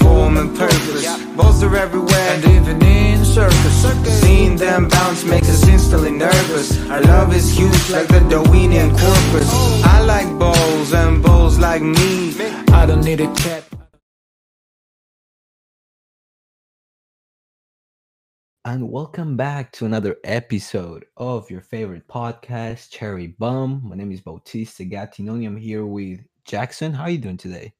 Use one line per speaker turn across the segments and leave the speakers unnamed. form and purpose. Balls are everywhere and even in circus. Seeing them bounce makes us instantly nervous. Our love is huge like the Darwinian corpus. I like balls and balls like me. I don't need a cat.
And welcome back to another episode of your favorite podcast, Cherry Bum. My name is Bautista Gattinoni. I'm here with Jackson. How are you doing today?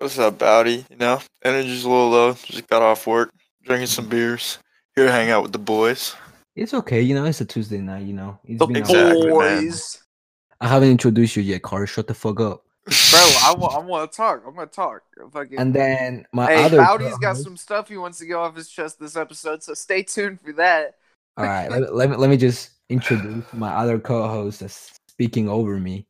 What's up, Bowdy? You know, energy's a little low. Just got off work, drinking some beers. Here to hang out with the boys.
It's okay, you know, it's a Tuesday night, you know. It's
Oh,
been a
exactly.
while.
man.
Boys.
I haven't introduced you yet, Car. Shut the fuck up.
Bro, I want, I want to talk. I'm going to talk. Fucking...
And then my
hey,
other
Bowdy's got
co-host-
some stuff he wants to get off his chest this episode, so stay tuned for that.
All right, let, me- let me let me just introduce my other co-host that's speaking over me.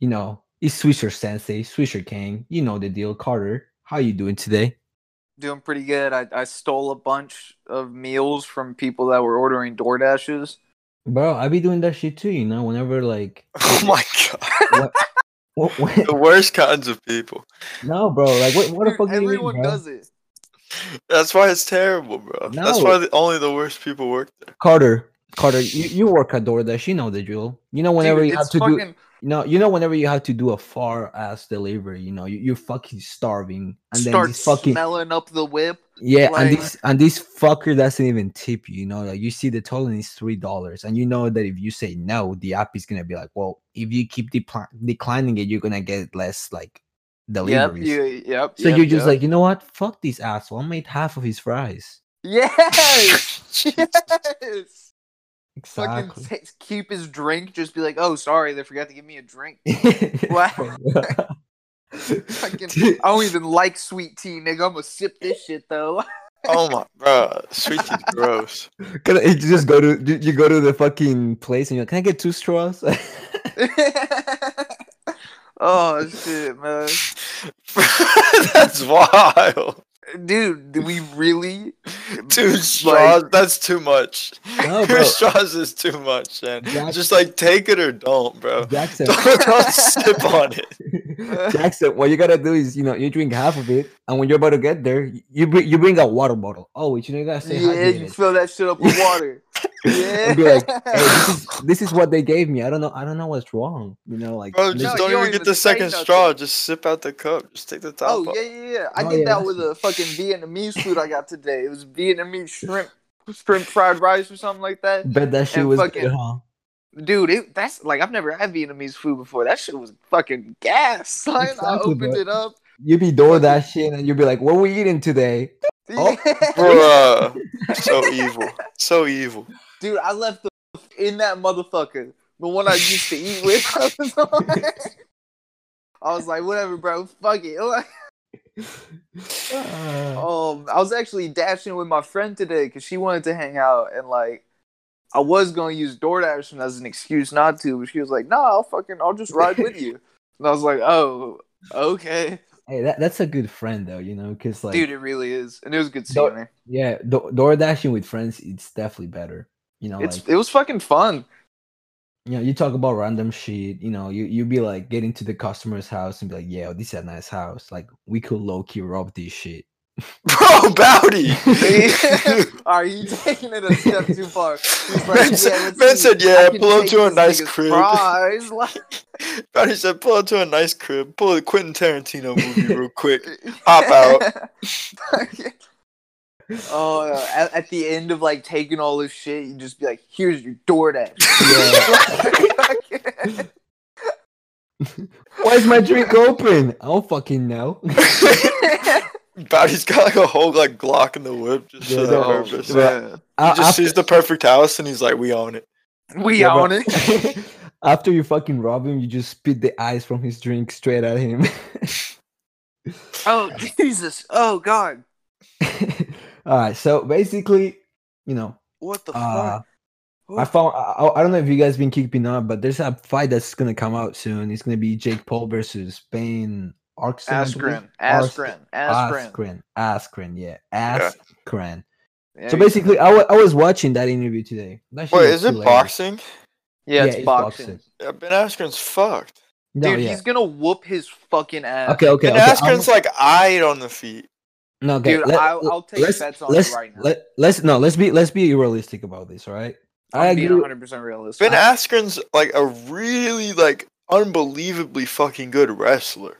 You know, it's Swisher Sensei, Swisher King. You know the deal, Carter. How you doing today?
Doing pretty good. I, I stole a bunch of meals from people that were ordering DoorDashes.
Bro, I be doing that shit too, you know, whenever like
Oh my god,
what, what,
the worst kinds of people.
no bro, like what, what the
Dude,
fuck do you
everyone
mean, bro?
does it.
That's why it's terrible, bro. That's
No.
why the, only the worst people work there.
Carter, Carter, you, you work at DoorDash, you know the drill. You know whenever
Dude,
you have
it's
to do
fucking...
you know, you know whenever you have to do a far ass delivery, you know, you, you're fucking starving and then
start
this fucking
smelling up the whip.
Yeah, and
Like-
this and this fucker doesn't even tip you. You know, like you see the total is three dollars, and you know that if you say no, the app is gonna be like, well, if you keep decli- declining it, you're gonna get less like
Yep,
deliveries.
you, yep.
so
yep,
you're just
yep.
like, you know what? Fuck this asshole. I made half of his fries.
yes, yes.
Exactly.
Fucking t- keep his drink. Just be like, oh, sorry, they forgot to give me a drink. Wow. Fucking-
Dude,
I don't even like sweet tea, nigga. I'm gonna sip this shit though.
Oh my, bro, sweet tea's gross.
can I- you just go to you- you go to the fucking place and you're like, can I get two straws?
oh shit, man,
That's wild.
dude. do we really?
Two straws. That's too much.
no,
Two
bro.
straws is too much, man.
Jack-
Just like take it or don't, bro.
Jackson,
Don't, don't sip on it.
Jackson, what you gotta do is, you know, you drink half of it, and when you're about to get there, y- you bring, you bring a water bottle. Oh, wait, you know, you gotta say
yeah, you fill that shit up with water. Yeah.
And be like, hey, this is, this is what they gave me. I don't know. I don't know what's wrong. You know, like
Bro,
this-
just
No,
don't
you
even
don't
get
even
the
say
second
nothing.
straw. Just sip out the cup. Just take the top
Oh
off.
yeah, yeah, yeah. I
Oh,
did
yeah,
that
that's
with
good.
a fucking Vietnamese food I got today. It was Vietnamese shrimp, shrimp fried rice or something like that.
bet that shit
and
was
fucking-
good, huh?
Dude, it, that's like I've never had Vietnamese food before. That shit was fucking gas. Son. I
Exactly,
opened
bro.
it up.
You be door that shit, and you be like, "What we eating today?" Oh.
Bruh. uh, so evil. So evil.
Dude, I left the in that motherfucker. The one I used to eat with. I was like, I was like, whatever, bro. Fuck it. Like,
Uh,
Um, I was actually dashing with my friend today because she wanted to hang out and like. I was gonna use DoorDash as an excuse not to, but she was like, "No, nah, I'll fucking, I'll just ride with you." And I was like, "Oh, okay,
hey, that, that's a good friend though, you know, because like,
dude, it really is." And it was good
Door-
seeing her.
yeah, do- door dashing with friends, it's definitely better. You know,
It's
like
it was fucking fun.
you know, you talk about random shit, you know, you you be like getting to the customer's house and be like, yeah, this is a nice house. Like we could low key rob this shit.
Bro, Bowdy.
Are you taking it a step too far? He's like,
Man said-
yeah, let's
man
see.
said, yeah,
I can
pull up
take
to a
this
nice
nigga's
crib.
prize. Like,
Bowdy said, pull up to a nice crib. Pull a Quentin Tarantino movie real quick. Hop out.
oh, no. at, at the end of like taking all this shit, you just be like, "Here's your DoorDash."
Yeah. Why is my drink open? I don't fucking know.
Bowdy's got like a whole like Glock in the whip just
Yeah,
for that
no,
purpose.
bro.
He
A-
just sees the perfect house and he's like, we own it.
we
Yeah, bro.
own it.
after, after you fucking rob him, you just spit the ice from his drink straight at him.
Oh Jesus! Oh God!
All right, so basically, you know,
What the
uh,
fuck?
I found I, I don't know if you guys been keeping up, but there's a fight that's gonna come out soon. It's gonna be Jake Paul versus Bane Arkson. I believe?
Askren, Askren,
Askren,
Askren.
Askren, Askren, yeah, Askren.
Yeah,
So basically, I wa- I was watching that interview today. That shit
Wait,
was
is it
hilarious.
boxing?
yeah, it's
yeah, it's
boxing.
boxing.
Yeah, ben Askren's fucked.
No,
Dude,
yeah.
he's gonna whoop his fucking ass.
Okay, okay,
Ben
okay. I'm-
Askren's like eyed on the feet.
No, okay,
Dude,
let-
I'll, I'll take
let's-
bets on it
let's,
right now.
Let, let's no, let's be let's be realistic about this, all right? I
I'm being
agree.
100 percent realistic.
Ben Askren's like a really like unbelievably fucking good wrestler.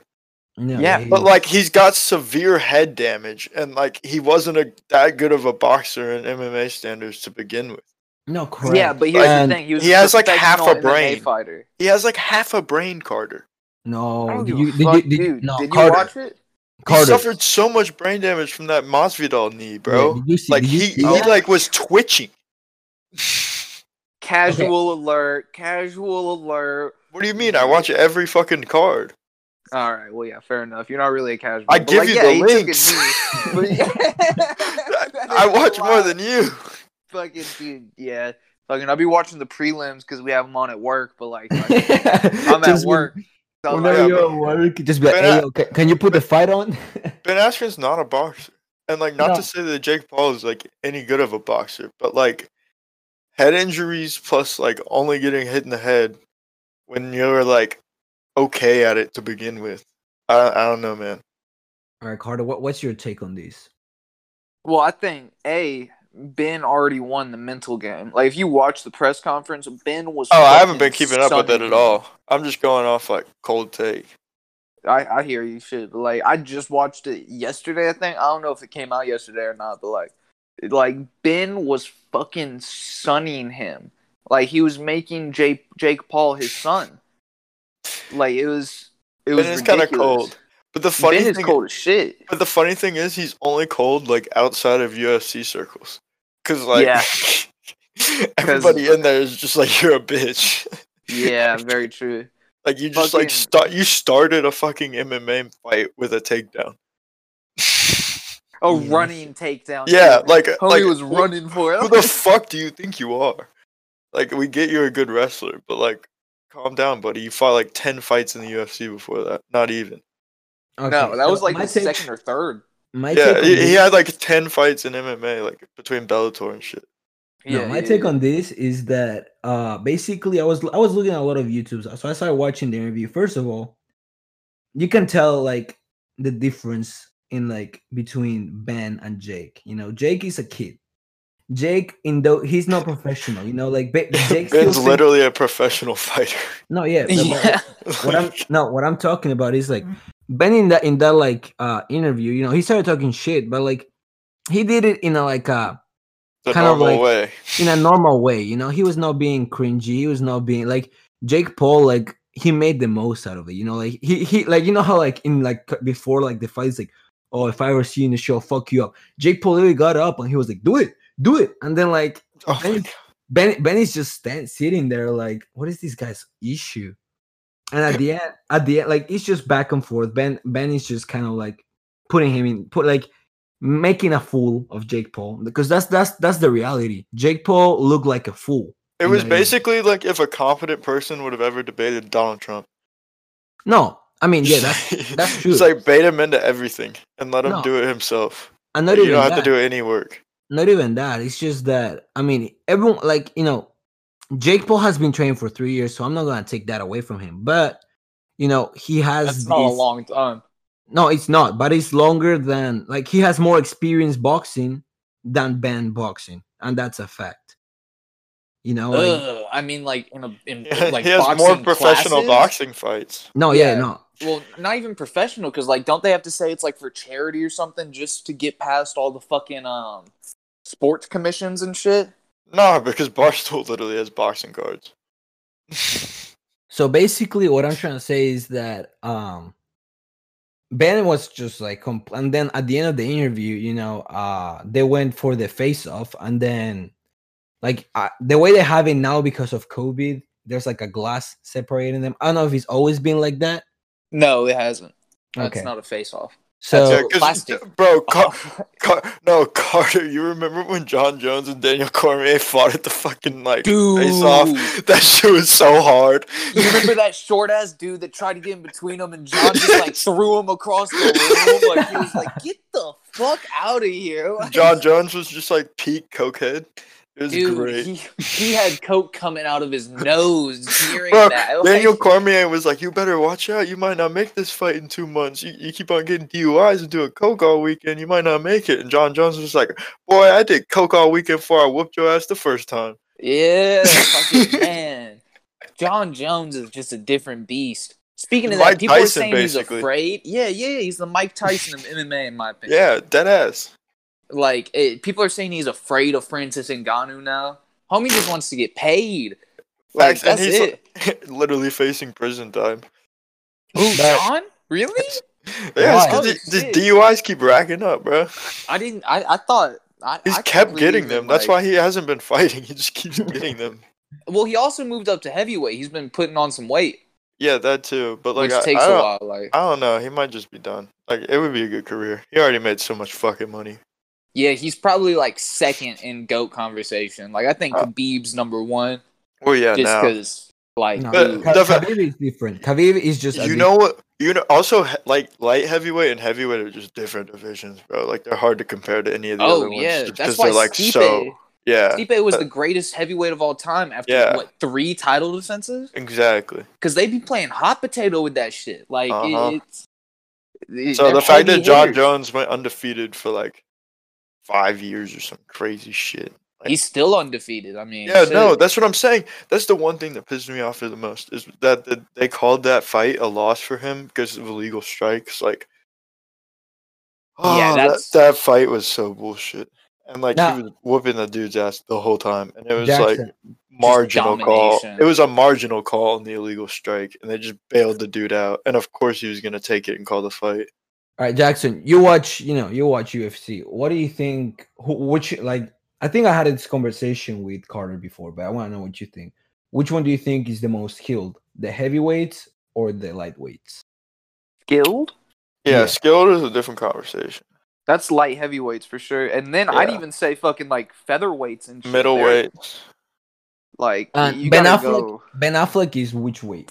No,
Yeah,
he-
But like he's got severe head damage and like he wasn't a, that good of a boxer in MMA standards to begin with.
no, correct.
Yeah, but here's
And-
the thing: he, was
He
a
has, like, half a
professional MMA
brain.
fighter.
He has like half a brain, Carter.
I
no,
don't
Oh, did
give
you,
a
did you,
fuck,
did,
dude.
no,
Did you
Carter,
watch it?
He
Carter,
suffered so much brain damage from that Masvidal knee,
yeah,
bro.
did you see,
like
did you
he,
see
he
that?
like was twitching.
Casual alert! Casual alert!
What do you mean? I watch every fucking card.
All right, well, yeah, fair enough. You're not really a casual.
I
but,
give
like,
you
yeah, he
the
took a
links.
knee. But-
I- I watch more than you.
fucking dude. Yeah, fucking. I'll be watching the prelims because we have them on at work. But like, I'm at
Just when-
work. So I'm
Whenever
like,
Yeah,
you're at work, just be like,
But
hey,
I-
yo, ca- can you put the fight on?
Ben Askren's not a boxer, and like not
No.
to say that Jake Paul is like any good of a boxer, but like head injuries plus like only getting hit in the head when you're like okay at it to begin with. I I don't know, man.
All right, Carter, what, what's your take on this?
Well, I think a Ben already won the mental game. Like if you watch the press conference, Ben was.
Oh, I haven't
fucking
been keeping up with it
sunning
at
him.
all. I'm just going off like cold take.
I, I hear you, shit. But like I just watched it yesterday. I think I don't know if it came out yesterday or not, but like, it- like Ben was fucking sunning him. Like he was making Jake Jake Paul his son. Like it was. It was
Ben is kind of
ridiculous.
cold, but the funny
ben is
thing
cold as shit.
But the funny thing is, he's only cold like outside of UFC circles, because like
Yeah.
everybody in there is just like you're a bitch.
Yeah, very true.
Like you just like
Fucking-
start. You started a fucking MMA fight with a takedown.
A
Yeah.
running takedown.
yeah,
too.
like uh,
homie
like
was
who-
running for it.
Who the fuck do you think you are? Like we get you're a good wrestler, but like calm down, buddy. You fought like ten fights in the UFC before that. Not even.
Okay,
No, that
so
was like
my
the
take-
second or third.
My
yeah,
take on
he,
this-
he had like ten fights in MMA, like between Bellator and shit.
No, my take on this is that uh basically I was I was looking at a lot of YouTubes, so I started watching the interview. First of all, you can tell like the difference in like between Ben and Jake. You know, Jake is a kid. Jake in though he's not professional. You know, like ba- Jake still
Ben's
think-
literally a professional fighter.
no, yeah, but- but
Yeah.
what I'm no, what I'm talking about is like Ben in that in that like uh interview. You know, he started talking shit, but like he did it in a like uh
the
kind of
normal
like-
way.
in a normal way. You know, he was not being cringy. He was not being like Jake Paul. Like he made the most out of it. You know, like he he like you know how like in like c- before like the fights like oh if I ever see you in the show fuck you up. Jake Paul literally got up and he was like do it do it and then like
Oh my
Ben
God.
Ben Ben is just stand, sitting there like what is this guy's issue? And at the end at the end like it's just back and forth. Ben Ben is just kind of like putting him in put like making a fool of Jake Paul because that's that's that's the reality. Jake Paul looked like a fool.
It was
Yeah, yeah.
basically like if a competent person would have ever debated Donald Trump.
No, I mean yeah, that's that's true.
It's like bait him into everything and let him
No.
do it himself.
and
Like,
not
you
even
don't have
that.
to do any work.
Not even that. It's just that I mean everyone like you know Jake Paul has been training for three years, so I'm not gonna take that away from him. But you know he has
That's not a
these-
long time.
No, it's not, but it's longer than like he has more experience boxing than Ben boxing, and that's a fact. You know, like,
Ugh, I mean, like in a in like
he has more
boxing
professional
classes?
boxing fights.
no, yeah,
yeah.
no,
Well, not even professional, because like, don't they have to say it's like for charity or something just to get past all the fucking um sports commissions and shit?
No, because Barstool literally has boxing cards.
So basically, what I'm trying to say is that um, Ben was just like, compl- and then at the end of the interview, you know, uh, they went for the face off, and then like uh, the way they have it now because of COVID, there's like a glass separating them. I don't know if it's always been like that.
No, it hasn't. That's
Okay.
not a face off.
So
Yeah, 'cause-
plastic. Oh.
bro, Car- Car- no Carter. You remember when John Jones and Daniel Cormier fought at the fucking like
Dude,
face off? That shit was so hard.
you remember that short ass dude that tried to get in between him and John just like threw him across the room? Like he was like, "Get the fuck out of here!"
John Jones was just like peak cokehead. It was
Dude,
great.
He, he had coke coming out of his nose during
Bro,
that. Like,
Daniel Cormier was like, "You better watch out. You might not make this fight in two months. You, you keep on getting DUIs and doing coke all weekend. You might not make it." And John Jones was like, "Boy, I did coke all weekend before I whooped your ass the first time."
Yeah, fucking man. John Jones is just a different beast. Speaking of
Mike
that, people are
Tyson,
saying he's
basically.
afraid. Yeah, yeah, he's the Mike Tyson of MMA in my opinion.
Yeah, dead ass.
Like it, people are saying he's afraid of Francis Ngannou now. Homie just wants to get paid. Like
Facts, and
that's
he's, like,
it.
literally facing prison time.
Who,
That-
John? Really?
Yeah, it's 'cause
Holy
it- these
shit.
DUIs keep racking up, bro.
I didn't. I, I thought I,
He's
I couldn't
kept
believe
getting
it,
them. That's
like-
why he hasn't been fighting. He just keeps getting them.
Well, he also moved up to heavyweight. He's been putting on some weight,
Yeah, that too. But like,
which
I,
takes
I
a
don't,
while. Like,
I don't know. He might just be done. Like, it would be a good career. He already made so much fucking money.
yeah, he's probably like second in goat conversation. Like, I think Khabib's number one.
Well, Uh, yeah,
just
now.
because like oh,
No,
But-
dude,
Ka-
the fa-
Khabib is different. Khabib is just a
you
big-
know what? You know, also he- like light heavyweight and heavyweight are just different divisions, bro. Like they're hard to compare to any of the
oh
other ones.
yeah
just
that's
'cause
why
they're like
Stipe,
so. Yeah,
Stipe was
Uh,
the greatest heavyweight of all time after
Yeah.
what three title defenses
exactly.
because they be playing hot potato with that shit like it-
Uh-huh.
it's it-
So
they're
the fact
heavy
that John
hitters.
Jones went undefeated for like five years or some crazy shit. like-
he's still undefeated I mean
Yeah,
shit.
no, that's what I'm saying. That's the one thing that pisses me off the most is that the, they called that fight a loss for him because of illegal strikes. Like, oh,
Yeah,
that,
that's-
that fight was so bullshit. And like
Nah.
he was whooping the dude's ass the whole time, and it was
Jackson.
like marginal call.
domination.
It was a marginal call on the illegal strike, and they just bailed the dude out. And of course, he was gonna take it and call the fight.
All right, Jackson, you watch, you know, you watch UFC. What do you think? Who, which, like, I think I had this conversation with Carter before, but I want to know what you think. Which one do you think is the most skilled, the heavyweights or the lightweights?
Guild?
Yeah,
Yeah.
skilled is a different conversation.
That's light heavyweights for sure. And then I'd
Yeah.
even say fucking like featherweights and shit. They're,
Middleweight.
Like
Uh,
you
Ben
gotta
Affleck-
go.
Ben Affleck is which weight?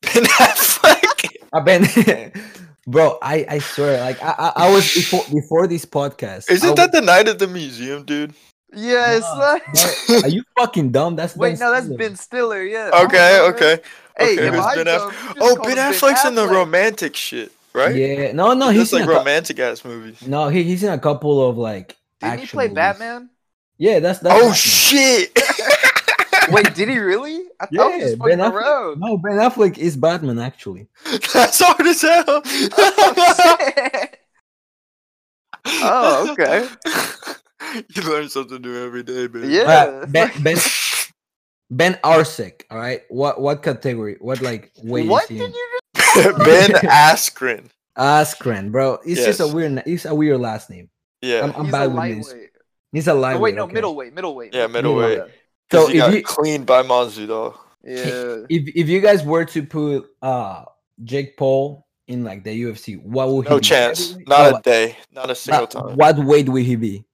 Ben Affleck.
Uh, ben, bro, I I swear, like I I, I was before before this podcast. I
Isn't
was-
that the night at the museum, dude?
Yes.
No.
like-
Bro, Are you fucking dumb? That's
Wait,
Ben
no, that's
Stiller.
Ben Stiller. Yeah.
Okay,
Oh,
okay.
Hey,
okay,
am
it was
I
Ben
dumb?
Aff-
You just
Oh,
called
Ben
him
Affleck's in the
Affleck.
romantic shit, right?
Yeah, no, no,
That's
he's
like
in a cou-
romantic ass movie.
no, he, he's in a couple of like.
Didn't he
action
play
movies.
Batman?
Yeah, that's that's.
Oh
Batman.
shit!
Wait, did he really? I thought he was
Yeah,
just fucking
Ben Affleck.
around.
No, Ben Affleck is Batman actually.
That's hard as hell.
Oh, shit. Oh, okay.
you learn something new every day, baby.
Yeah.
Alright, ben, ben Ben Arsek. All right, what what category? What like weight?
what
is he
did
in?
you
ben Askren.
Askren, bro. It's just a
Yes.
weird. na- It's a weird last name.
Yeah,
I'm, I'm
He's a
bad with names.
lightweight.
He's a
Oh,
lightweight.
wait, no,
okay.
middleweight, middleweight.
yeah, middleweight.
So
So he
if
got
you
cleaned by Masvidal.
Yeah.
if if you guys were to put uh Jake Paul in like the UFC, what would he
No
be?
chance.
Heavyweight?
Not
No,
a day. Not a single
but
time.
What weight would he be?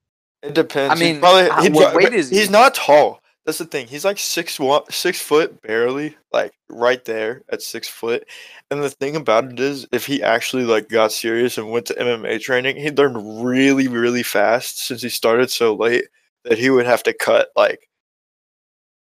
It depends.
I
He's
mean,
probably,
how-
he'd
what
pro-
weight
but
is he?
He's not tall. That's the thing. He's like six one, six foot barely, like right there at six foot. And the thing about it is, if he actually like got serious and went to MMA training, he'd learn really, really fast since he started so late that he would have to cut like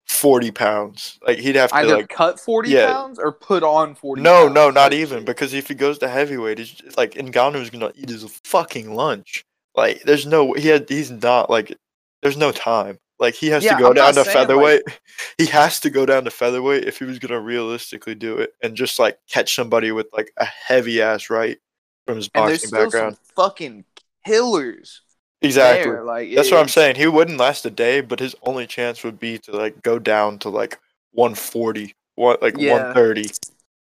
forty pounds. Like he'd have to
Either
like
cut 40
yeah.
pounds or put on 40
no,
pounds.
no, not
Like,
even because if he goes to heavyweight, he's j- like Ngannou's gonna eat his fucking lunch. Like, there's no he had he's not like there's no time. Like he has
Yeah,
to go
I'm not
down to
saying, like-
featherweight. he has to go down to featherweight if he was gonna realistically do it and just like catch somebody with like a heavy ass right from his
And there's
boxing
still
background.
some fucking killers
Exactly.
there. Like,
That's what I'm
it-
saying. He wouldn't last a day, but his only chance would be to like go down to like 140, one, like
Yeah.
130.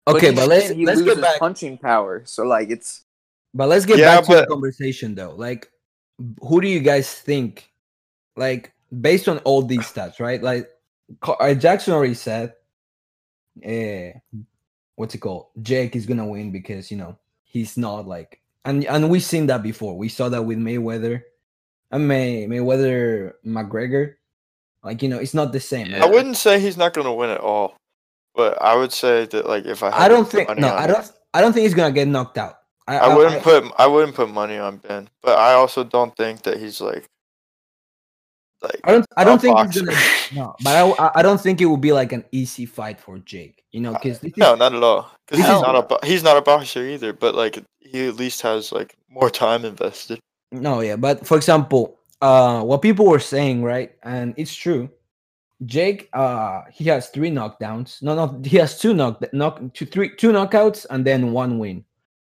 Okay,
even
but let's
then, he
let's
loses
get back.
punching power. So like it's
But let's get
Yeah,
back to the
but-
conversation though. Like, b- who do you guys think? Like, based on all these stats, right? Like, Ca- uh, Jackson already said, eh, what's it called? Jake is gonna win because you know he's not like, and and we've seen that before. We saw that with Mayweather, and May Mayweather McGregor. Like, you know, it's not the same.
Yeah.
I wouldn't say he's not going to win at all, but I would say that like if I had
I
to
don't
put
think.
money
No,
on
I
it,
don't. I don't think he's gonna get knocked out.
I, wouldn't put I wouldn't put money on Ben, but I also don't think that he's like Like
I don't. I
a
don't think he's
boxer.
gonna, no, but I- I, I don't think it will be like an easy fight for Jake. You know, because
Uh, No, not at all. Because he's
Hell
not
no.
a bo- he's not a boxer either. But like he at least has like more time invested.
No, yeah, but for example, uh, what people were saying, right, and it's true. Jake, uh, he has three knockdowns. No, no, he has two knock, knock, two, three, two knockouts, and then one win.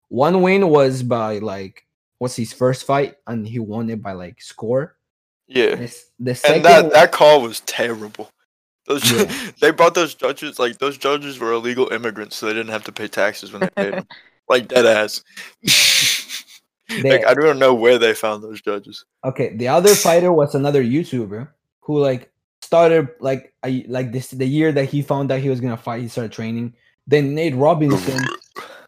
One win was by like was his first fight, and he won it by like score.
Yeah,
This the second,
and that that call was terrible. Those
Yeah.
they brought those judges like those judges were illegal immigrants, so they didn't have to pay taxes when they paid them. like dead ass. like
They-
I don't know where they found those judges.
Okay, the other fighter was another YouTuber who like started like I like this the year that he found out he was gonna fight, he started training. Then Nate Robinson,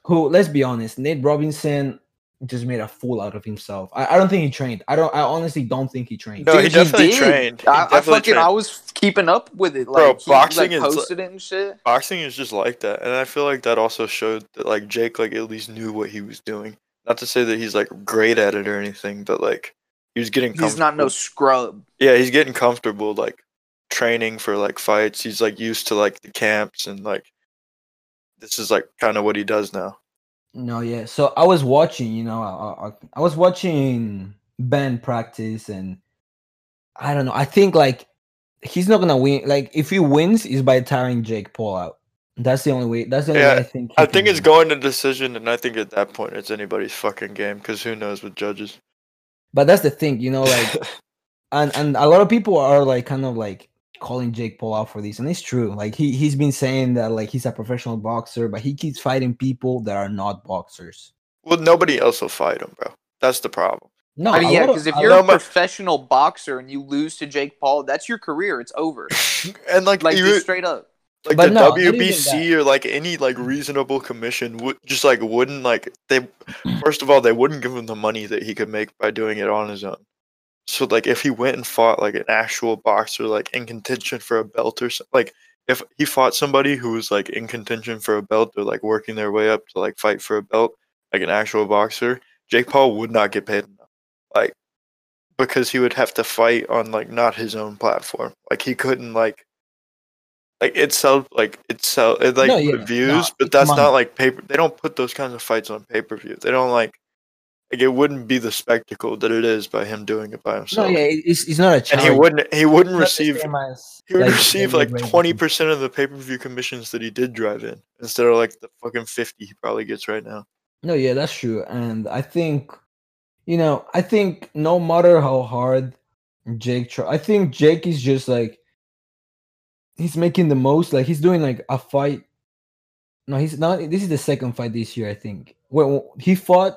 who let's be honest, Nate Robinson just made a fool out of himself. I, I don't think he trained. I don't. I honestly don't think he trained.
No, he
Dude, he
definitely
did.
trained. He
I, I
definitely
fucking
trained.
I was keeping up with it. Like,
Bro,
he, like,
boxing is like-
posted it and shit.
boxing is just like that and i feel like that also showed that like jake like at least knew what he was doing not to say that he's like great at it or anything but like he was getting comfortable.
He's not no scrub.
yeah he's getting comfortable like training for like fights he's like used to like the camps and like this is like kind of what he does now
No, yeah. So I was watching, you know, I, I, I was watching Ben practice, and I don't know. I think like he's not gonna win. Like if he wins, is by tiring Jake Paul out. That's the only way. That's the only
Yeah,
way I think. he
i
can
think it's
win.
going to decision and i think at that point it's anybody's fucking game because who knows with judges
But that's the thing, you know, like, and and a lot of people are like kind of like calling Jake Paul out for this, and it's true. Like he he's been saying that like he's a professional boxer, but he keeps fighting people that are not boxers.
well nobody else will fight him bro that's the problem
No,
I mean,
a
yeah,
lot of-
because if
a
you're
lot-
a
No, but-
professional boxer and you lose to Jake Paul, that's your career. It's over.
and like,
Like
you-
just straight up.
like
But
the
no, not even
WBC or like any like reasonable commission would just like wouldn't like they first of all they wouldn't give him the money that he could make by doing it on his own. So like if he went and fought like an actual boxer like in contention for a belt or so, like if he fought somebody who was like in contention for a belt or like working their way up to like fight for a belt like an actual boxer, Jake Paul would not get paid enough. Like because he would have to fight on like not his own platform. Like he couldn't like like it sell like it sell it like
No, yeah,
reviews,
no,
but
it's
that's
money.
not like paper they don't put those kinds of fights on pay per view. They don't like like it wouldn't be the spectacle that it is by him doing it
no,
by himself.
yeah, it- it's it's not a
and
challenge.
he wouldn't he wouldn't
It's not the
receive
same as,
he would
like,
receive
David
like
Ray Johnson.
twenty percent of the pay per view commissions that he did drive in instead of like the fucking fifty he probably gets right now.
No, yeah, that's true. And I think, you know, I think no matter how hard Jake try, I think Jake is just like he's making the most. Like he's doing like a fight. No, he's not. This is the second fight this year, I think. Well, he fought.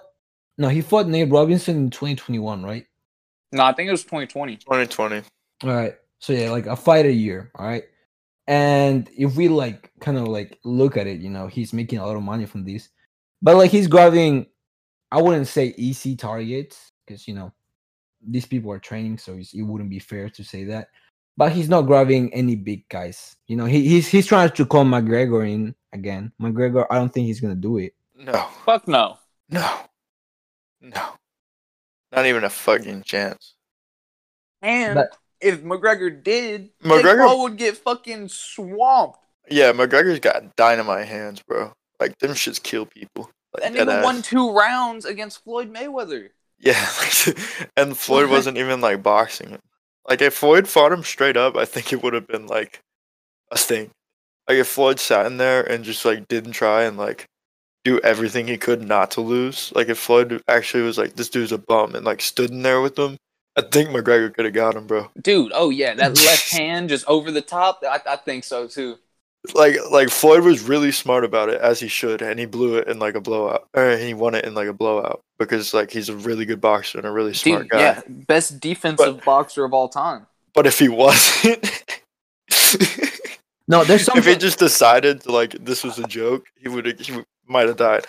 No, he fought Nate Robinson in 2021, right?
No, I think it was 2020.
Twenty twenty.
All right. So yeah, like a fight a year. All right. And if we like kind of like look at it, you know, he's making a lot of money from this, but like he's grabbing, I wouldn't say easy targets because you know these people are training, so it's, it wouldn't be fair to say that. But he's not grabbing any big guys. You know, he, he's he's trying to call McGregor in again. McGregor, I don't think he's gonna do it.
No.
Fuck no.
No. No. Not even a fucking chance.
And
But-
if McGregor did, Jake
McGregor-
Paul would get fucking swamped.
Yeah, McGregor's got dynamite hands, bro. Like them shits kill people. Like,
And he
dead ass.
won two rounds against Floyd Mayweather.
Yeah, like, and Floyd wasn't even like boxing him. Like if Floyd fought him straight up, I think it would have been like a thing. Like if Floyd sat in there and just like didn't try and like do everything he could not to lose. Like if Floyd actually was like this dude's a bum and like stood in there with him, I think McGregor could have got him, bro.
Dude, oh yeah, that left hand just over the top. I, I think so too.
Like like Floyd was really smart about it as he should, and he blew it in like a blowout, or he won it in like a blowout because like he's a really good boxer and a really smart
Dude,
guy.
yeah, best defensive boxer of all time.
But if he wasn't.
No, there's something.
if he just decided to, like this was a joke, he would he would- might have died.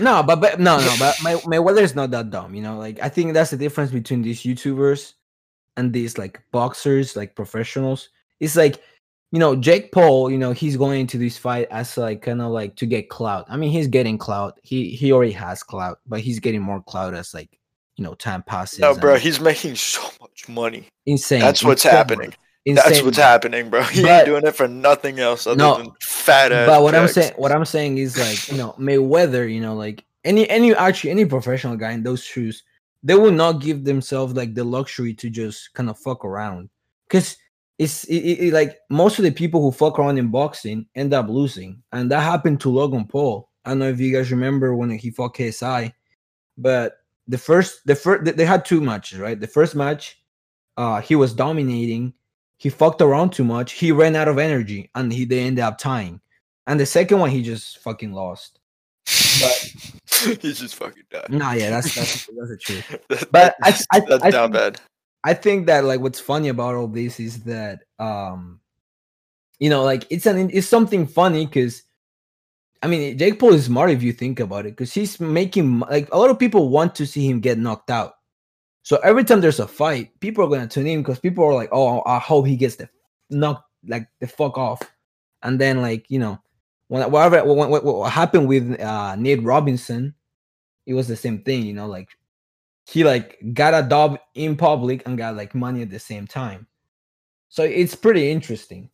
No, but, but no, no, but my Mayweather's not that dumb, you know. Like I think that's the difference between these YouTubers and these like boxers, like professionals. It's like, you know, Jake Paul, you know, he's going into this fight as like kind of like to get clout. I mean, he's getting clout. He he already has clout, but he's getting more clout as like you know, time passes.
No, bro,
and
he's making so much money.
insane.
That's what's
insane
happening.
work.
That's
Insane
what's
work.
happening, bro. He
But-
ain't doing it for nothing else other
No,
than fat ass.
But what I'm
checks.
saying, what I'm saying is like, you know, Mayweather, you know, like any any actually any professional guy in those shoes, they will not give themselves like the luxury to just kind of fuck around, because it's it, it- it, like most of the people who fuck around in boxing end up losing, and that happened to Logan Paul. I don't know if you guys remember when he fought KSI, but the first the first they had two matches, right? The first match, uh, he was dominating. He fucked around too much. He ran out of energy, and he they ended up tying. And the second one, he just fucking lost.
he's just fucking dying.
Nah, yeah, that's that's that's the truth.
That-
But I-
that's,
I-
that's
I
down
think-
bad.
I think that like what's funny about all this is that um, you know, like it's an it's something funny because. I mean, Jake Paul is smart if you think about it, because he's making mo- like a lot of people want to see him get knocked out. So every time there's a fight, people are gonna tune in because people are like, "Oh, I hope he gets the knocked like the fuck off." And then like you know, when whatever what, what, what happened with uh, Nate Robinson, it was the same thing. You know, like he like got a dub in public and got like money at the same time. So it's pretty interesting.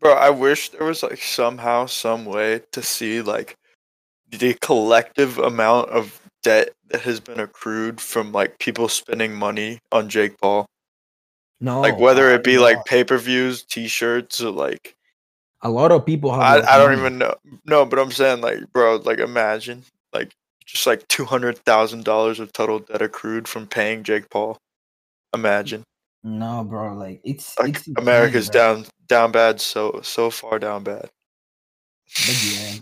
Bro, I wish there was like somehow, some way to see like the collective amount of debt that has been accrued from like people spending money on Jake Paul.
No,
like whether
a-
it be
a
like
lot-
pay per views, t shirts, or like
a lot of people have.
I,
lost
I don't
money.
even know. No, but I'm saying like, bro, like imagine like just like two hundred thousand dollars of total debt accrued from paying Jake Paul. Imagine
No, bro, like it's,
like
it's insane,
America's
bro.
down down bad, so so far down bad.
But yeah.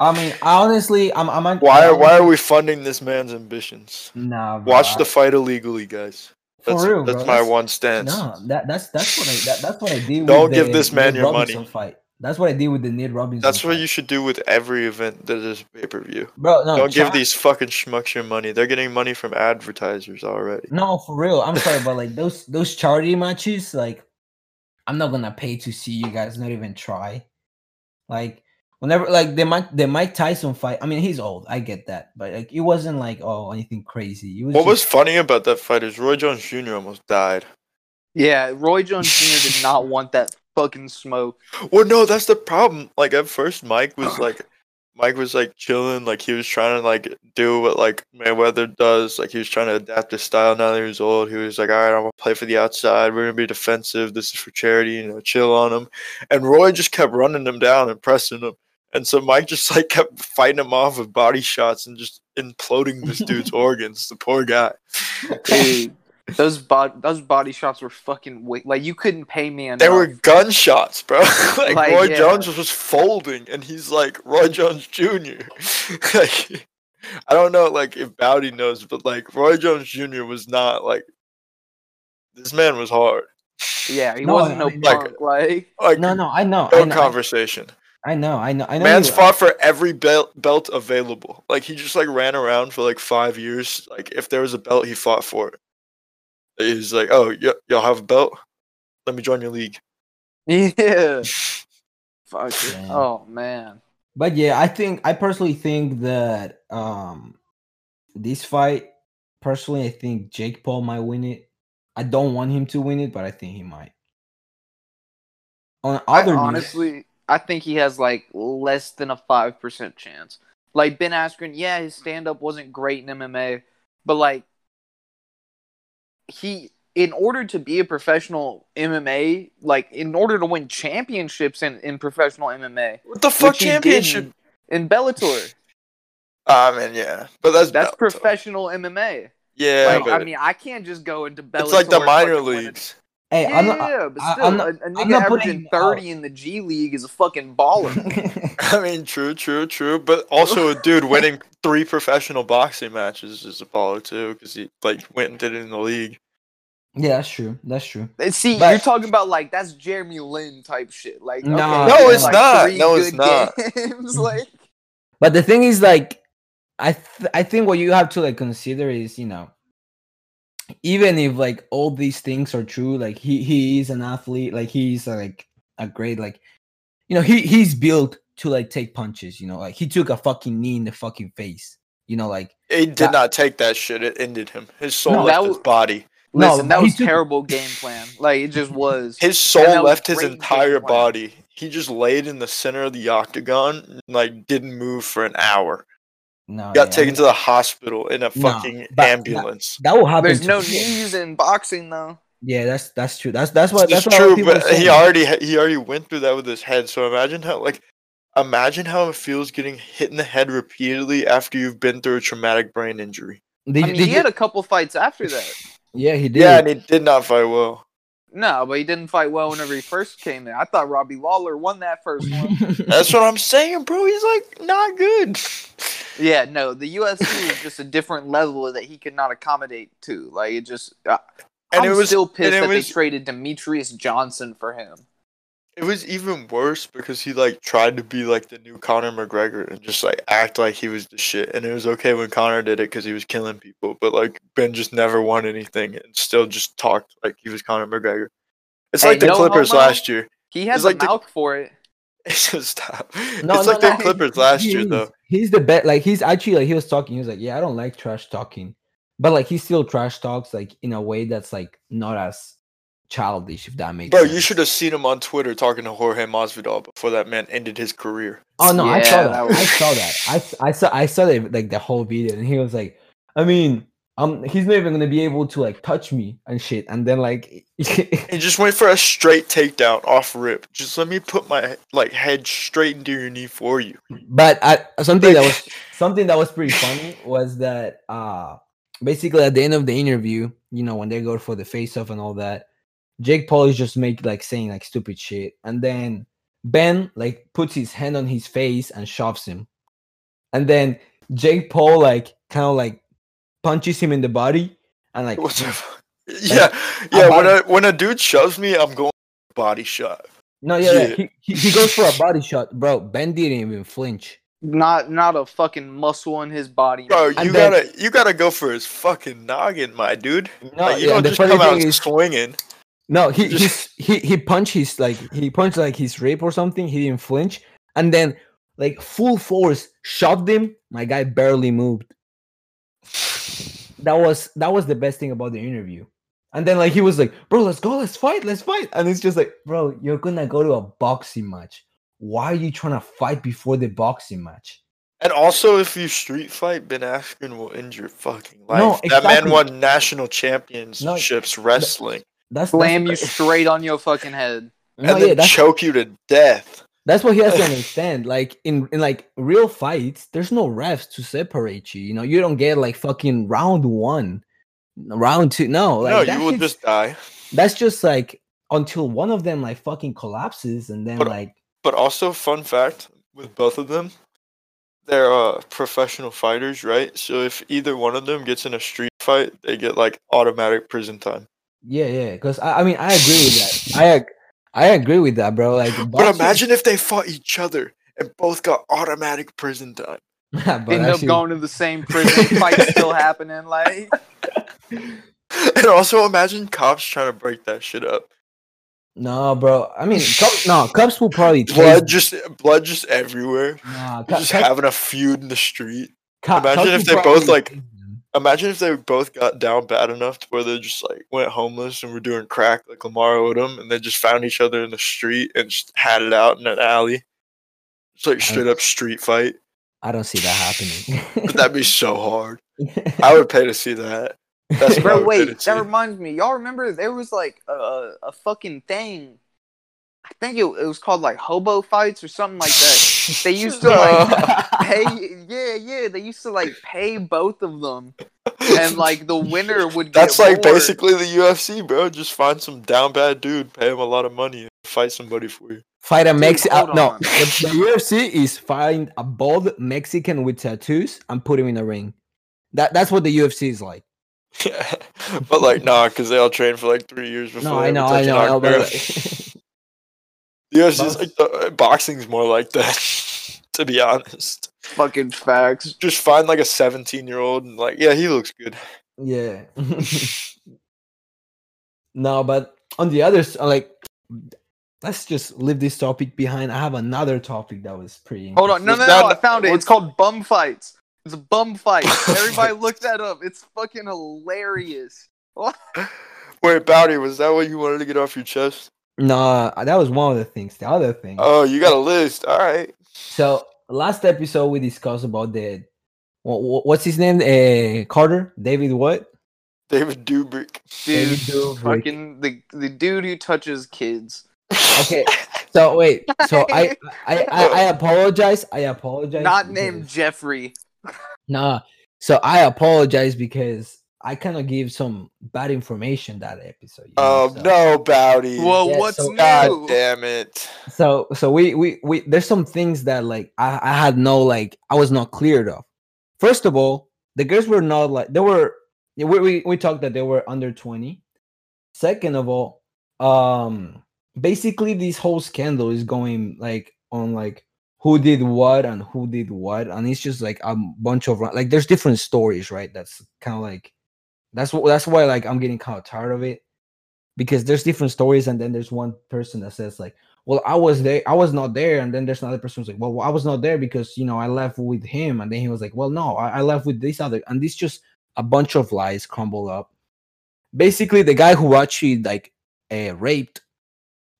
I mean, honestly, I'm. I'm
Why are why are we funding this man's ambitions?
Nah, bro,
Watch
I-
the fight illegally, guys.
for
That's
real,
that's
bro,
my one stance.
No, that, that's that's what I that, that's what I did.
Don't
with
give
the
this man
Nate
your
Robinson
money.
Fight. That's what I did with the Nate Robinson.
That's what
fight.
you should do with every event that is pay per view.
bro. No,
Don't give
Chuck-
these fucking schmucks your money. They're getting money from advertisers already.
No, for real. I'm sorry, but like those those charity matches, like I'm not gonna pay to see you guys. Not even try. Like whenever, like the Mike the Mike Tyson fight. I mean, he's old. I get that, but like it wasn't like oh anything crazy. It was
What was
just-
funny about that fight is Roy Jones Jr. almost died.
Yeah, Roy Jones Jr. did not want that fucking smoke.
Well, no, that's the problem. Like at first, Mike was like, Mike was like chilling, like he was trying to like do what like Mayweather does. Like he was trying to adapt his style. Now that he was old, he was like, all right, I'm gonna play for the outside. We're gonna be defensive. This is for charity. You know, chill on him. And Roy just kept running him down and pressing him. And so Mike just like kept fighting him off with body shots and just imploding this dude's organs. The poor guy.
Dude, those bod those body shots were fucking wa- like you couldn't pay me enough.
They were gunshots, bro. like,
Like,
Roy
yeah.
Jones was just folding, and he's like Roy Jones Jr. like, I don't know, like if Bowdy knows, but like Roy Jones Jr. was not like this man was hard.
yeah, he
No,
wasn't
I
no
mean,
like-
punk. Like,
Like
no, no. I know. I
no
know, I-
conversation.
I know. I know. I know.
Man's
you-
fought for every belt belt available. Like he just like ran around for like five years. Like if there was a belt, he fought for it. He's like, oh, y- y'all have a belt? Let me join your league.
yeah, fuck.
Yeah.
Oh man.
But yeah, I think I personally think that um this fight, personally, I think Jake Paul might win it. I don't want him to win it, but I think he might. On other
I
news-
honestly, I think he has like less than a five percent chance. Like Ben Askren, yeah, his stand up wasn't great in MMA, but like he, in order to be a professional MMA, like in order to win championships in in professional MMA,
What the fuck
which he
championship?
didn't in Bellator,
I mean, yeah, but that's
that's
Bellator.
professional MMA.
Yeah,
like,
but
I mean, I can't just go into Bellator.
it's like the
and
minor
fucking win a
leagues.
hey,
yeah,
I'm not. I-
but
I-
still,
I'm not-
a, a
I'm
nigga
not putting
averaging
him out.
thirty in the G League is a fucking baller.
I mean, true, true, true. But also, a dude winning three professional boxing matches is a baller too, because he like went and did it in the league.
yeah, that's true. That's true.
Uh, See,
But-
you're talking about like that's Jeremy Lin type shit. Like,
No,
okay,
No,
he
it's
had,
not.
three
No, it's
good
not.
Games, like,
But the thing is, like, I th- I think what you have to like consider is, you know, even if like all these things are true, like he he is an athlete, like he's like a great like, you know, he he's built to like take punches, you know, like he took a fucking knee in the fucking face, You know, like
It did
That-
not take that shit. It ended him. His soul
No,
left
that
his
w-
body.
No,
Listen, that
he
was
took-
terrible game plan. Like it just was.
His
that
soul
was
left his
great
entire
game plan.
body. He just laid in the center of the octagon, and, like didn't move for an hour.
no,
Got
Oh, yeah.
taken to the hospital in a
No,
fucking
but that-
ambulance.
That will happen.
There's
to
no
me.
knees in boxing though.
Yeah, that's that's true. That's that's what that's what
it's
a lot
true,
of people are
but he
saying.
already ha- he already went through that with his head. So imagine how like imagine how it feels getting hit in the head repeatedly after you've been through a traumatic brain injury.
Did
I
you-
mean,
did
he
you-
had a couple fights after that.
yeah, he did.
Yeah, and he did not fight well.
No, but he didn't fight well whenever he first came in. I thought Robbie Lawler won that first one.
That's what I'm saying, bro. He's like not good.
yeah, no, the UFC was just a different level that he could not accommodate to. Like it just, I
And
I'm
it was
still pissed
it
that
was-
they traded Demetrius Johnson for him.
it was even worse because he like tried to be like the new Conor McGregor and just like act like he was the shit. And it was okay when Conor did it because he was killing people, but like Ben just never won anything and still just talked like he was Conor McGregor. It's
Hey,
like the
no
Clippers
homo.
last year.
He had
It's
the
like the-
mouth for it.
Stop.
No,
it's
no,
like
no,
the
he-
Clippers last
he
year
is.
though.
He's the best. Like he's actually like he was talking. He was like, "Yeah, I don't like trash talking," but like he still trash talks like in a way that's like not as childish. If that makes
Bro,
sense.
you should have seen him on Twitter talking to Jorge Masvidal before that man ended his career.
Oh no, I saw
Yeah,
that.
that
I
was-
saw that. I, s- I saw I saw the, like the whole video, and he was like, "I mean, um, he's not even gonna be able to like touch me and shit." And then like,
He just went for a straight takedown off rip. Just let me put my like head straight into your knee for you.
but I, something that was something that was pretty funny was that uh basically at the end of the interview, you know, when they go for the face off and all that, Jake Paul is just make like saying like stupid shit, and then Ben like puts his hand on his face and shoves him, and then Jake Paul like kind of like punches him in the body and like
What the fu- Yeah, yeah. When
body-
a when a dude shoves me, I'm going body shot.
no yeah, yeah,
Yeah.
He, he he goes for a body shot, bro. Ben didn't even flinch.
Not, not a fucking muscle in his body.
Bro,
man.
you
then-
gotta you gotta go for his fucking noggin, my dude.
No,
Like,
yeah,
you don't
and the
just
funny
come out
thing is-
swinging.
No, he
Just-
he's, he he punched his like he punched like his rib or something. He didn't flinch, and then like full force shoved him. My guy barely moved. That was that was the best thing about the interview. And then like he was like, "Bro, let's go, let's fight, let's fight." And it's just like, "Bro, you're gonna go to a boxing match. Why are you trying to fight before the boxing match?"
And also, if you street fight, Ben Askren will end your fucking life.
No,
That man
exactly.
won national championships wrestling
That's
slam you
that's,
straight on your fucking head.
No,
and
yeah,
then
that's
choke you to death.
That's what he has to understand. Like in, in like real fights, there's no refs to separate you. You know, you don't get like fucking round one, round two. No, like
no,
that
you will
shit's-
just die.
that's just like until one of them like fucking collapses and then
But-
like
But also, fun fact with both of them, they're uh, professional fighters, right? So if either one of them gets in a street fight, they get like automatic prison time.
yeah, yeah. Because I, I mean I agree with that. I ag- I agree with that, bro. Like
But
boxing-
imagine if they fought each other and both got automatic prison time.
But
End up
actually-
going to the same prison. fight still happening. Like
And also, imagine cops trying to break that shit up.
No, bro. I mean cup, no, cups will probably taste-
Blood just, blood just everywhere.
Nah, cu-
Just
cups-
having a feud in the street.
cu-
imagine
cups
if
will
they both,
probably
like-
taste them.
Imagine if they both got down bad enough to where they just like went homeless and were doing crack like Lamar Odom, and they just found each other in the street and just had it out in an alley. It's like straight up street fight.
I don't see that happening.
But that'd be so hard. I would pay to see that. That's what I
Bro,
would pay
wait,
to
that
see.
reminds me. Y'all remember there was like a, a fucking thing. I think it, it was called like hobo fights or something like that. They used to like pay, yeah, yeah. They used to like pay both of them, and like the winner would. Get
That's like
more.
basically the UFC, bro. Just find some down bad dude, pay him a lot of money, and fight somebody for you.
Fight a Mexican.
hold
No,
on.
the, the UFC is find a bald Mexican with tattoos and put him in a ring. That that's what the UFC is like.
but like, nah, because they all train for like three years before.
No, I
they ever
know,
touch
I
an
know. I know, but,
octagon.
like-
Yeah, it's just like the, boxing's more like that. to be honest,
fucking facts.
just find like a seventeen-year-old and like, yeah, he looks good.
yeah. no, but on the other s- like, let's just leave this topic behind. I have another topic that was pretty.
Hold on, no, no,
It's
no.
not-
I found it. It's called bum fights. It's a bum fight. Everybody look that up. It's fucking hilarious.
Wait, Bowdy, was that what you wanted to get off your chest?
Nah, that was one of the things. The other thing.
Oh, you got a list. All right.
So last episode we discussed about the wha- wha- what's his name? Uh, Carter David what?
David Dubrick.
Dude,
David Dobrik.
fucking the, the dude who touches kids.
Okay. So wait. So I I, I I apologize. I apologize.
Not
because-
named Jeffrey.
Nah. So I apologize because I kind of gave some bad information that episode. you know,
Um,
so-
no, Bowdy.
Well,
Yeah,
what's
so-
new?
God damn it.
so so we we we there's some things that like I, I had no like I was not cleared of. First of all, the girls were not like they were we we, we talked that they were under 20. Second of all, um basically this whole scandal is going like on like who did what and who did what and it's just like a bunch of like there's different stories, right? That's kind of like that's what that's why like I'm getting kind of tired of it because there's different stories and then there's one person that says like well i was there i was not there and then there's another person who's like well i was not there because you know i left with him and then he was like well no i, I left with this other and this just a bunch of lies crumble up basically the guy who actually like uh, raped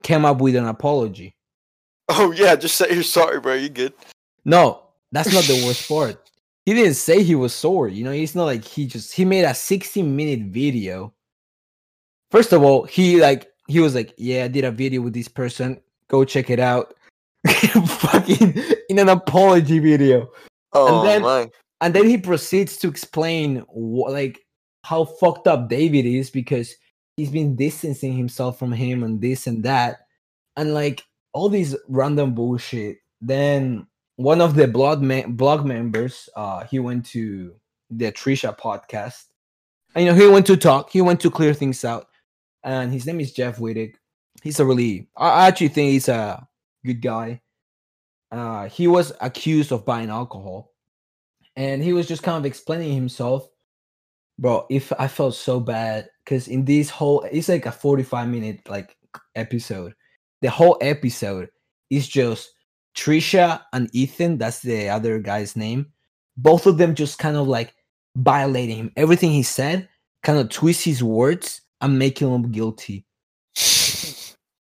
came up with an apology
Oh, yeah, just say you're sorry, bro. You good.
no that's not the worst part he didn't say he was sorry you know he's not like he just he made a 60 minute video first of all he like he was like yeah i did a video with this person go check it out fucking in an apology video
Oh,
then-
my.
and then he proceeds to explain wha- like how fucked up David is because he's been distancing himself from him and this and that and like all these random bullshit then one of the blog, me- blog members uh he went to the trisha podcast and, you know he went to talk he went to clear things out and his name is jeff Wittig. he's a really i I actually think he's a good guy uh he was accused of buying alcohol and he was just kind of explaining himself bro if i felt so bad because in this whole it's like a 45 minute like episode the whole episode is just trisha and ethan that's the other guy's name both of them just kind of like violating him everything he said kind of twist his words and making him guilty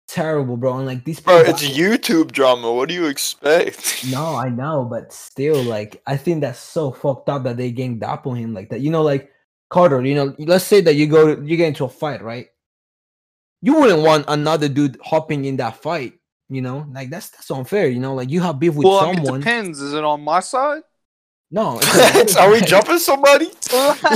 terrible bro and like this
Bro, it's YouTube drama. What do you expect?
no, I know, but still, like, I think that's so fucked up that they ganged up on him like that. You know, like Carter. You know, let's say that you go, you get into a fight, right? You wouldn't want another dude hopping in that fight. You know, like that's that's unfair. You know, like you have beef with
well, I mean, it
someone.
depends. Is it on my side?
no, it's
Are we jumping somebody?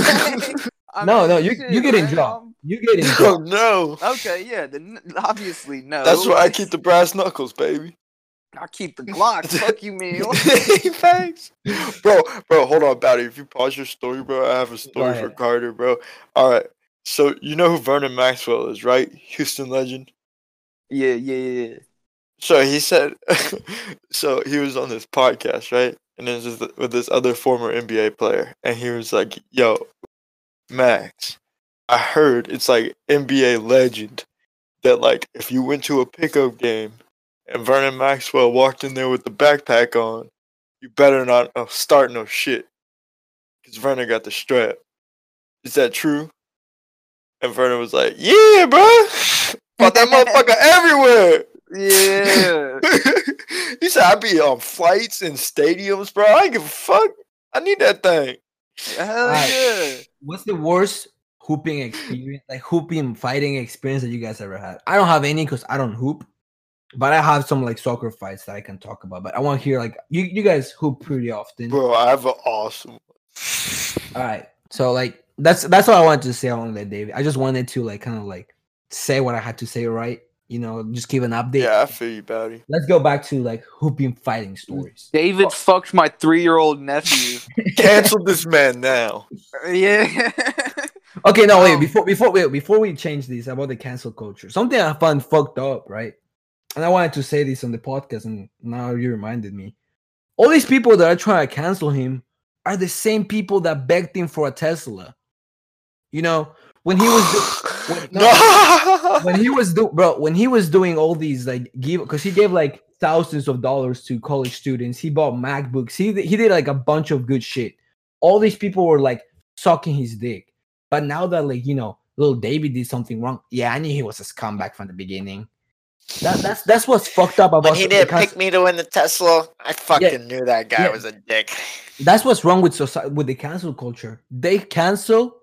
I
No,
mean,
no, you
shit,
you get in
man,
job.
I'm-
You get in
Oh,
job.
no.
Okay, yeah, then obviously no.
That's why I keep the brass knuckles, baby.
I keep the Glock. Fuck you, man.
Thanks. Bro, bro, hold on, Batty. If you pause your story, bro, I have a story for
ahead.
Carter, bro. All right. So, you know who Vernon Maxwell is, right? Houston legend.
Yeah, yeah, yeah. yeah.
So he said, so he was on this podcast, right? And it was with th- with this other former NBA player, and he was like, "Yo, Max, I heard it's like NBA legend that like if you went to a pickup game and Vernon Maxwell walked in there with the backpack on, you better not uh, start no shit, because Vernon got the strap. Is that true?" And Vernon was like, "Yeah, bro, bought that motherfucker everywhere."
Yeah.
he said, I be on flights and stadiums, bro. I don't give a fuck. I need that thing.
Hell
Alright.
yeah.
What's the worst hooping experience, like hooping fighting experience that you guys ever had? I don't have any because I don't hoop, but I have some like soccer fights that I can talk about. But I want to hear like you you guys hoop pretty often.
Bro, I have an awesome
All right. So like that's that's what I wanted to say on that, David. I just wanted to like kind of like say what I had to say, right? You know, just give an update.
Yeah, I feel you, buddy.
Let's go back to like hooping fighting stories.
David fucked my three year old nephew.
Cancel this man now.
yeah.
Okay, no, wait,
Um,
before before wait, before we change this about the cancel culture, something I found fucked up, right? And I wanted to say this on the podcast, and now you reminded me. All these people that are trying to cancel him are the same people that begged him for a Tesla. You know, when he was do- when-
no.
when he was do bro when he was doing all these like give because he gave like thousands of dollars to college students. He bought MacBooks. He he did like a bunch of good shit. All these people were like sucking his dick. But now that like you know, little David did something wrong. Yeah, I knew he was a scumbag from the beginning. That that's that's what's fucked up about
When he
so-
didn't
because-
pick me to win the Tesla, I fucking knew that guy
Yeah.
was a dick.
that's what's wrong with society with the cancel culture they cancel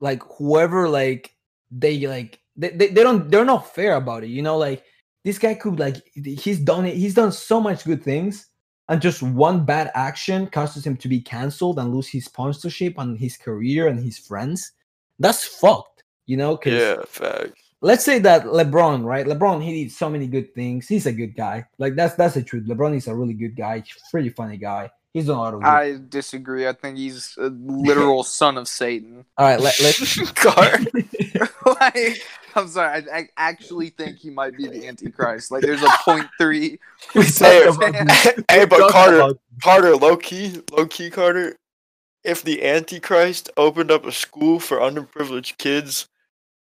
like whoever like they like they, they, they don't they're not fair about it you know like this guy could like he's done it he's done so much good things and just one bad action causes him to be canceled and lose his sponsorship and his career and his friends that's fucked you know 'cause
Yeah, fact.
let's say that LeBron, right? LeBron, he did so many good things. He's a good guy. Like that's that's the truth. LeBron is a really good guy. He's a pretty funny guy. He's done a lot of. Good.
I disagree. I think he's a literal son of Satan.
All right, let, let's.
Car.
like, I'm sorry. I, I actually think he might be the Antichrist. Like, there's a point three.
Hey,
about
hey, but
Talk
Carter,
about-
Carter, low key, low key, Carter. If the Antichrist opened up a school for underprivileged kids,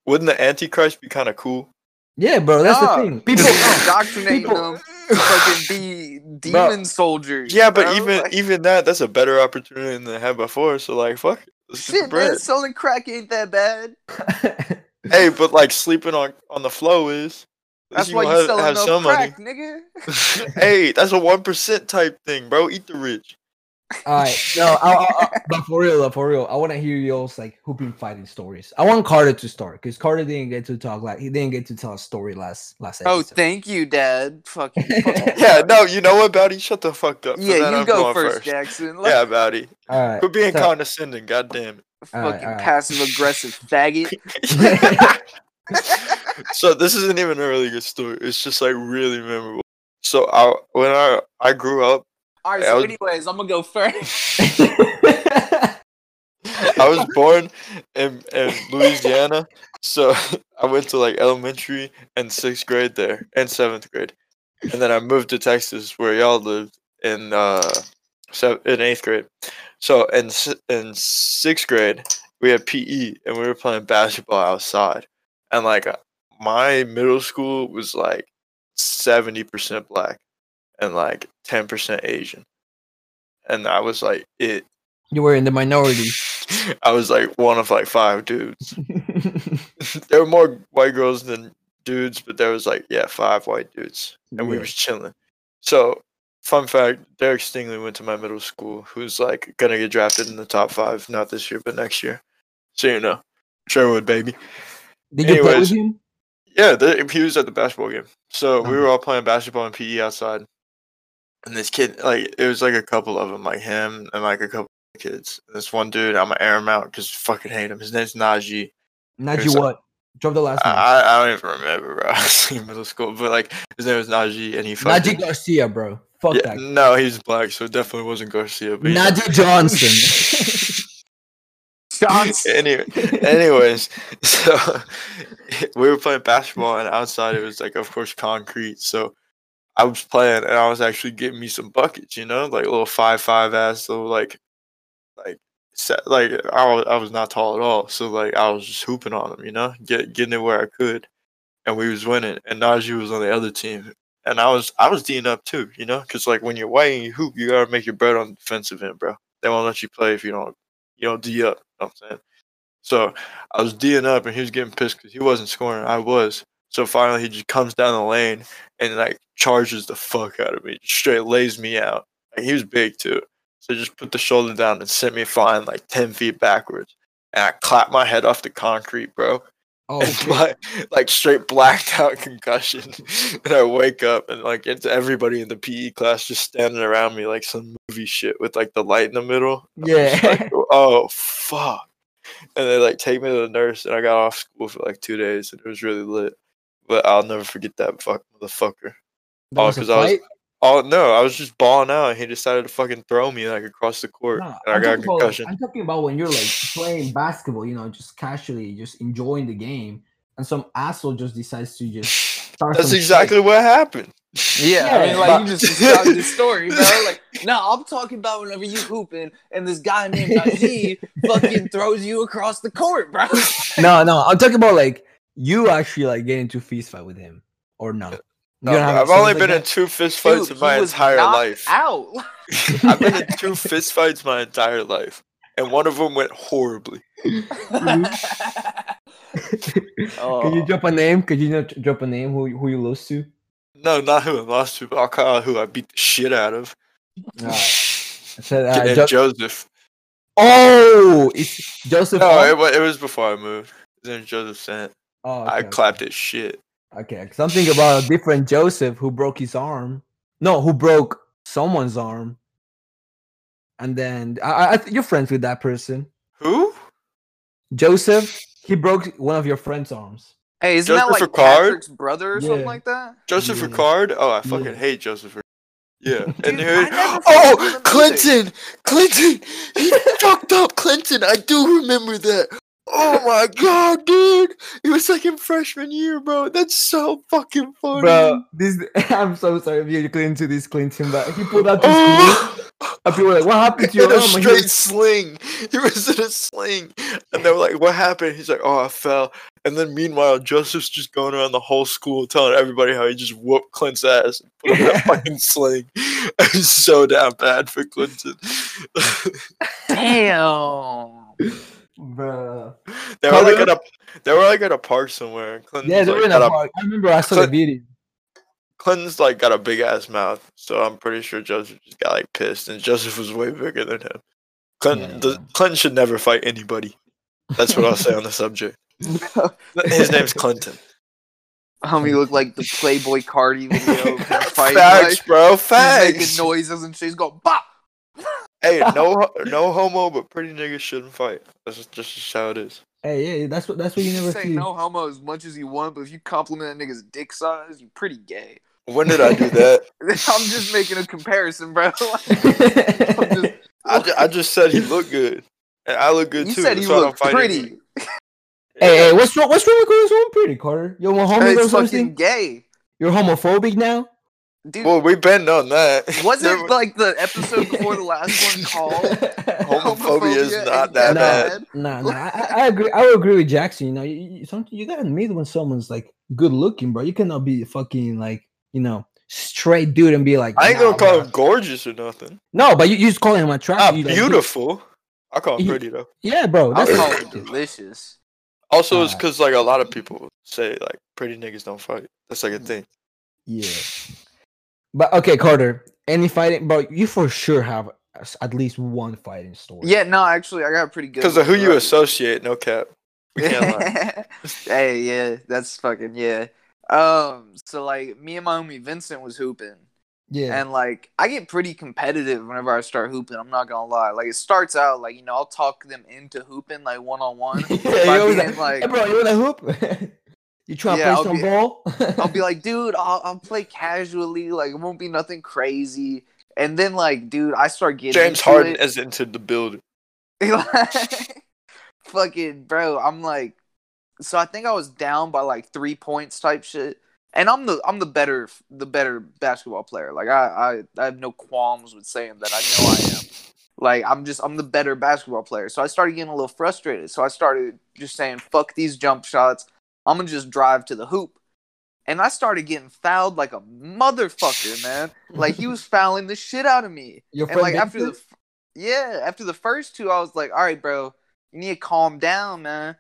wouldn't the Antichrist be kind of cool?
yeah, bro, that's
Nah,
the thing.
People
People,
indoctrinate
people-
them. to Fucking be demon soldiers.
Yeah, but
bro.
even
Like,
even that, that's a better opportunity than they had before. So like, fuck, it, let's get the
shit,
bread.
man, selling crack ain't that bad.
Hey, but like sleeping on on the flow is. at
That's
least
why
will
you selling no
some money.
crack, nigga.
hey, that's a one percent type thing, bro. Eat the rich.
all right, no, I, I, I- but for real, though, for real, I want to hear y'all's like hooping fighting stories. I want Carter to start because Carter didn't get to talk. Like he didn't get to tell a story last last
Oh,
episode.
thank you, Dad. Fucking.
Yeah, no, you know what, Bowdy? Shut the fuck up. For
Yeah,
that,
you
I'm
go
going
first, Jackson. Like,
Yeah, Bowdy.
all right.
Quit being
so-
condescending, goddamn
Alright,
fucking
alright.
passive aggressive faggot.
it. so this isn't even a really good story. It's just like really memorable. So I when I I grew up,
All right,
Yeah, I
so
was-
anyways, I'm gonna go first.
I was born in in Louisiana. So I went to like elementary and sixth grade there and seventh grade, and then I moved to Texas where y'all lived in uh sev- in eighth grade. So in si- in sixth grade we had PE and we were playing basketball outside, and like uh, my middle school was like seventy percent black, and like ten percent Asian, and I was like it.
you were in the minority.
I was like one of like five dudes. there were more white girls than dudes, but there was like yeah, five white dudes, and we
Yeah.
was chilling. So, fun fact: Derek Stingley went to my middle school, who's like gonna get drafted in the top five, not this year, but next year. So you know, Sherwood baby.
Did you play
Anyways.
with him?
Yeah, the, he was at the basketball game. So we
Okay.
were all playing basketball and PE outside, and this kid, like, it was like a couple of them, like him and like a couple of kids. This one dude, I'm gonna air him out because fucking hate him. His name's Najee.
Not
It
you
was, uh,
what? Drop the last name.
I, I I don't even remember, bro. I was in middle school, but like his name was Najee, and he fucking,
Najee Garcia, bro. Fuck
Yeah,
that. guy.
no, he was black, so it definitely wasn't Garcia. But you know.
Najee Johnson.
Anyway, anyways, so we were playing basketball, and outside it was like, of course, concrete. So I was playing, and I was actually getting me some buckets, you know, like little five five ass, little like, like, set, like I was, I was not tall at all, so like I was just hooping on them, you know, get getting it where I could, and we was winning. And Najee was on the other team. And I was I was D'ing up too, you know, because like when you're white and you hoop, you gotta make your bread on the defensive end, bro. They won't let you play if you don't you know, D up. You know what I'm saying? So I was D'ing up and he was getting pissed because he wasn't scoring. I was. So finally he just comes down the lane and like charges the fuck out of me. Just straight lays me out. Like he was big too. So he just put the shoulder down and sent me flying like 10 feet backwards. And I clapped my head off the concrete, bro.
oh,
And
shit.
my, like straight blacked out concussion. and I wake up and like it's everybody in the PE class just standing around me like some movie shit with like the light in the middle. I'm just
Yeah.
like, oh fuck. And they like take me to the nurse and I got off school for like two days and it was really lit. But I'll never forget that fuck motherfucker.
That
oh,
was a
'cause I was-
fight?
Oh no, I was just balling out and he decided to fucking throw me like across the court
Nah,
and I
I'm
got a
talking about-
concussion.
I'm talking about when you're like playing basketball, you know, just casually, just enjoying the game, and some asshole just decides to just start.
That's
some
exactly what happened.
Yeah, I mean,
Yeah,
like you
but-
just described the story, bro. Like, no, I'm talking about whenever you hooping and this guy named Najee fucking throws you across the court, bro.
shit. No, no, I'm talking about like you actually like getting into fist fight with him or no? You don't have
I've only
experience
been in
like
two fist fights
Dude,
in
he
my
was
entire
knocked
life.
Out.
I've been in two fist fights my entire life, and one of them went horribly.
that?
Oh.
Oh.
Can you drop a name? Could you not drop a name who who you lose to?
No, not who I lost to, but I'll call out who I beat the shit out of.
Alright. I said uh,
and
Jo-
Joseph.
Oh, it's Joseph.
No,
Ong?
it, wa- it was before I moved. His name's Joseph Sant.
oh,
I
okay,
clapped his shit.
Okay, okay. something about a different Joseph who broke his arm. No, who broke someone's arm. And then I, I- I th- you're friends with that person,
Who?
Joseph. He broke one of your friend's arms.
Hey, isn't
Joseph
that like
Ricard?
Patrick's brother or
Yeah.
something like that?
Joseph
Yeah.
Ricard? Oh, I fucking
Yeah.
hate Joseph Ricard. Yeah. and
Dude,
who?
I never fucking
Oh,
remembered.
Clinton! Clinton! He fucked up Clinton. I do remember that. Oh my god, dude! It was like in freshman year, bro. That's so fucking funny.
Bro, this I'm so sorry if you clinged to this Clinton, but he pulled out to school
Oh,
and people were like, What happened to
in
your
a
arm? And he was-
straight sling.
He was in a sling. And they were like, what happened? He's like, oh, I fell. And then meanwhile, Joseph's just going around the whole school telling everybody how he just whooped Clint's ass and put him in a fucking sling. It's so damn bad for Clinton.
Damn.
Bruh.
they were like
Color?
at a they were like at a park somewhere. and Clinton's,
Yeah, they
like,
were in
got
a
a,
park. I remember I saw the
Clint-
video.
Clinton's like got a big ass mouth, so I'm pretty sure Joseph just got like pissed, and Joseph was way bigger than him. Clinton,
Yeah.
does- Clinton should never fight anybody. That's what I'll say on the subject. His name's Clinton.
Homie looked like the Playboy Cardi video of him fighting.
Facts,
like,
bro.
he's making
Facts.
noises and shit. He's going, bop!
Hey, no, no homo, but pretty niggas shouldn't fight. That's just, just just how it is.
Hey, yeah, that's what that's what you never
say
see.
no homo as much as you want, but if you compliment that nigga's dick size, you're pretty gay.
When did I do that?
I'm just making a comparison, bro. Like, I'm just-
I, ju- I just said he looked good, and I look good
you
too.
said he
so I don't
looked
fight
pretty.
anybody.
Hey, hey, what's wrong? What's wrong with calling someone pretty, Carter? You're a
Bro,
homie
He's
or
fucking
something?
gay.
You're homophobic now?
Dude,
Well, we've been on that. There
wasn't
was-
like the episode before the last one called
Homophobia is not
and
no,
that bad.
no, no. I, I- I agree. I would agree with Jackson. You know, you, you, some, you gotta admit when someone's like good looking, bro. You cannot be fucking like you know straight dude and be like.
I ain't
"Nah,
gonna call
bro."
him gorgeous or nothing.
No, but you, you just call him
Not
attractive. you like, dude-
Ah, beautiful. I call him
He-
pretty though.
yeah, bro.
I
That's
call it
attractive.
delicious.
Also, it's
Uh,
because like a lot of people say like pretty niggas don't fight. That's like a thing.
Yeah. But okay, Carter. Any fighting, bro? You for sure have s- at least one fighting story.
Yeah, no, actually, I got a pretty good.
Because of who
one,
you
right?
associate, no cap. We can't lie.
hey, yeah, that's fucking yeah. Um, so like me and my homie Vincent was hooping,
Yeah.
and like I get pretty competitive whenever I start hooping. I'm not gonna lie. Like it starts out like you know I'll talk them into hooping like one on one.
Yeah, you always like,
like
"Hey, bro, you wanna hoop? you trying to play
Yeah, I'll
some
be-
ball?
I'll be like, dude, I'll, I'll play casually. Like it won't be nothing crazy. And then like, dude, I start getting
James
into
Harden
it.
has entered the building.
Like, fucking bro i'm like so i think i was down by like three points type shit and i'm the i'm the better the better basketball player like i i, I have no qualms with saying that i know i am like i'm just i'm the better basketball player so i started getting a little frustrated so i started just saying fuck these jump shots i'm gonna just drive to the hoop and i started getting fouled like a motherfucker man like he was fouling the shit out of me
Your
and like
friend
after the,
Vincent?
f- yeah, after the first two, I was like, all right, bro, you need to calm down, man.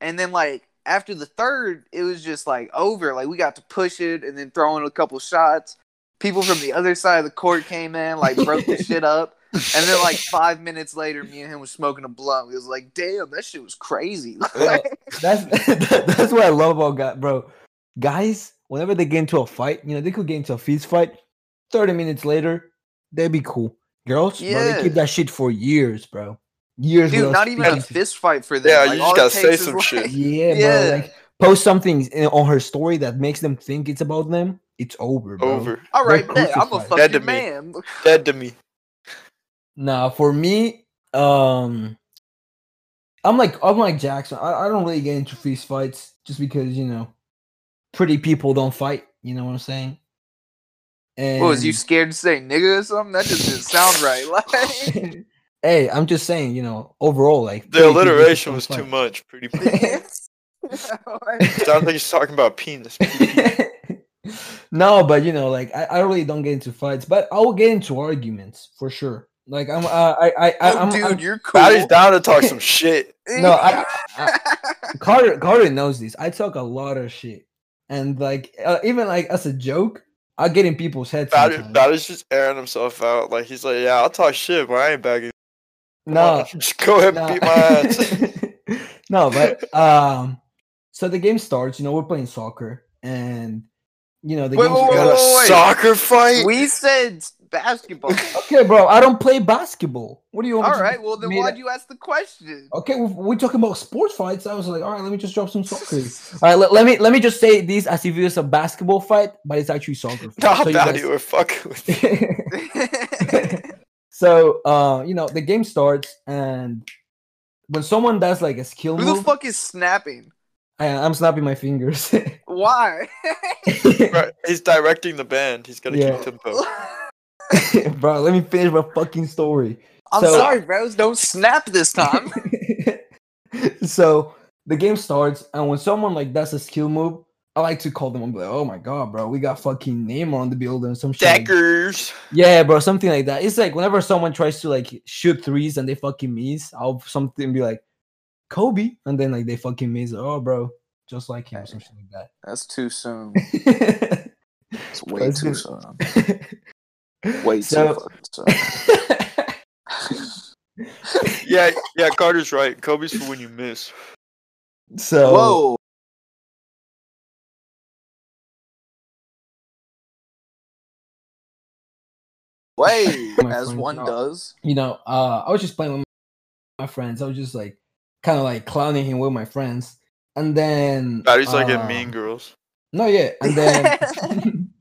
And then like after the third, it was just like over. Like we got to push it and then throw in a couple shots. People from the other side of the court came in, like broke the shit up. And then like five minutes later, me and him was smoking a blunt. We was like, damn, that shit was crazy.
Yeah. That's that- that's what I love about God, bro. Guys, whenever they get into a fight, you know, they could get into a fist fight. Thirty minutes later, they'd be cool. Girls, bro, they
Yeah.
keep that shit for years, bro. Years,
Dude,
without
not even a
speaking.
fist fight for them.
Yeah,
Like,
you
all
just
it
gotta say
takes is,
some
like-
shit.
Yeah,
Yeah.
bro. Like, post something in- on her story that makes them think it's about them. It's over, bro.
Over.
All right,
They're
bet, I'm a
crucified.
Dead to
fucking
me.
man.
Dead to me.
Nah, for me, um, I'm like I'm like Jackson. I, I don't really get into fist fights just because you know, pretty people don't fight. You know what I'm saying? And
What was you scared to say nigga or something? That just didn't sound right. Like
hey, I'm just saying. You know, overall, like
The
pretty people just
alliteration
don't
was too
fight.
much. Pretty.
Sounds
Sounds like he's talking about penis.
no, but you know, like I, I really don't get into fights, but I will get into arguments for sure. Like I'm, uh, I, I, I,
Oh,
I'm,
dude,
I'm-
you're cool.
Patty's down to talk some shit.
no, I, Carter, Carter knows this. I talk a lot of shit, and like uh, even like as a joke, I get in people's heads.
Patty,
sometimes.
Patty's just airing himself out. Like he's like, yeah, I'll talk shit, but I ain't begging.
no,
just go ahead and beat my ass.
no, but um, so the game starts. You know, we're playing soccer, and you know the
Wait,
game.
wait,
We
starts-
got
wait,
a
wait.
soccer fight.
we said basketball.
Okay, bro, I don't play basketball. What do you want? me
All
to
right,
do?
well then
Made
why'd
it-
you ask the
Oh.
question?
Okay, we- we're talking about sports fights. I was like, all right, let me just drop some soccer. all right, let, let me let me just say this as if it was a basketball fight, but it's actually soccer. Fight.
Nah,
So you
Patty,
guys-
we're fucking with you.
so uh, you know the game starts, and when someone does like a skill
Who the
move,
fuck is snapping?
I, I'm snapping my fingers.
Why?
Bro, He's directing the band. He's got to
Yeah.
keep tempo.
bro, let me finish my fucking story.
I'm
So-
sorry, bros. Don't snap this time.
so the game starts, and when someone like does a skill move, I like to call them. I'm like, oh my god, bro, we got fucking Neymar on the building, some shit. like-
Deckers.
yeah, bro, something like that. It's like whenever someone tries to like shoot threes and they fucking miss, I'll something be like Kobe, and then like they fucking miss. Oh, bro, just like him, or something like
That's too soon.
that.
It's way
That's
too
good.
soon. Way
So-
too fucking soon.
Yeah, yeah. Carter's right. Kobe's for when you miss.
so
Whoa. Way,
My
as
friend,
one
no.
does.
you know, uh, I was just playing with my friends. I was just like kind of like clowning him with my friends, and then
Patty's like in
uh,
Mean Girls.
No, yeah, and then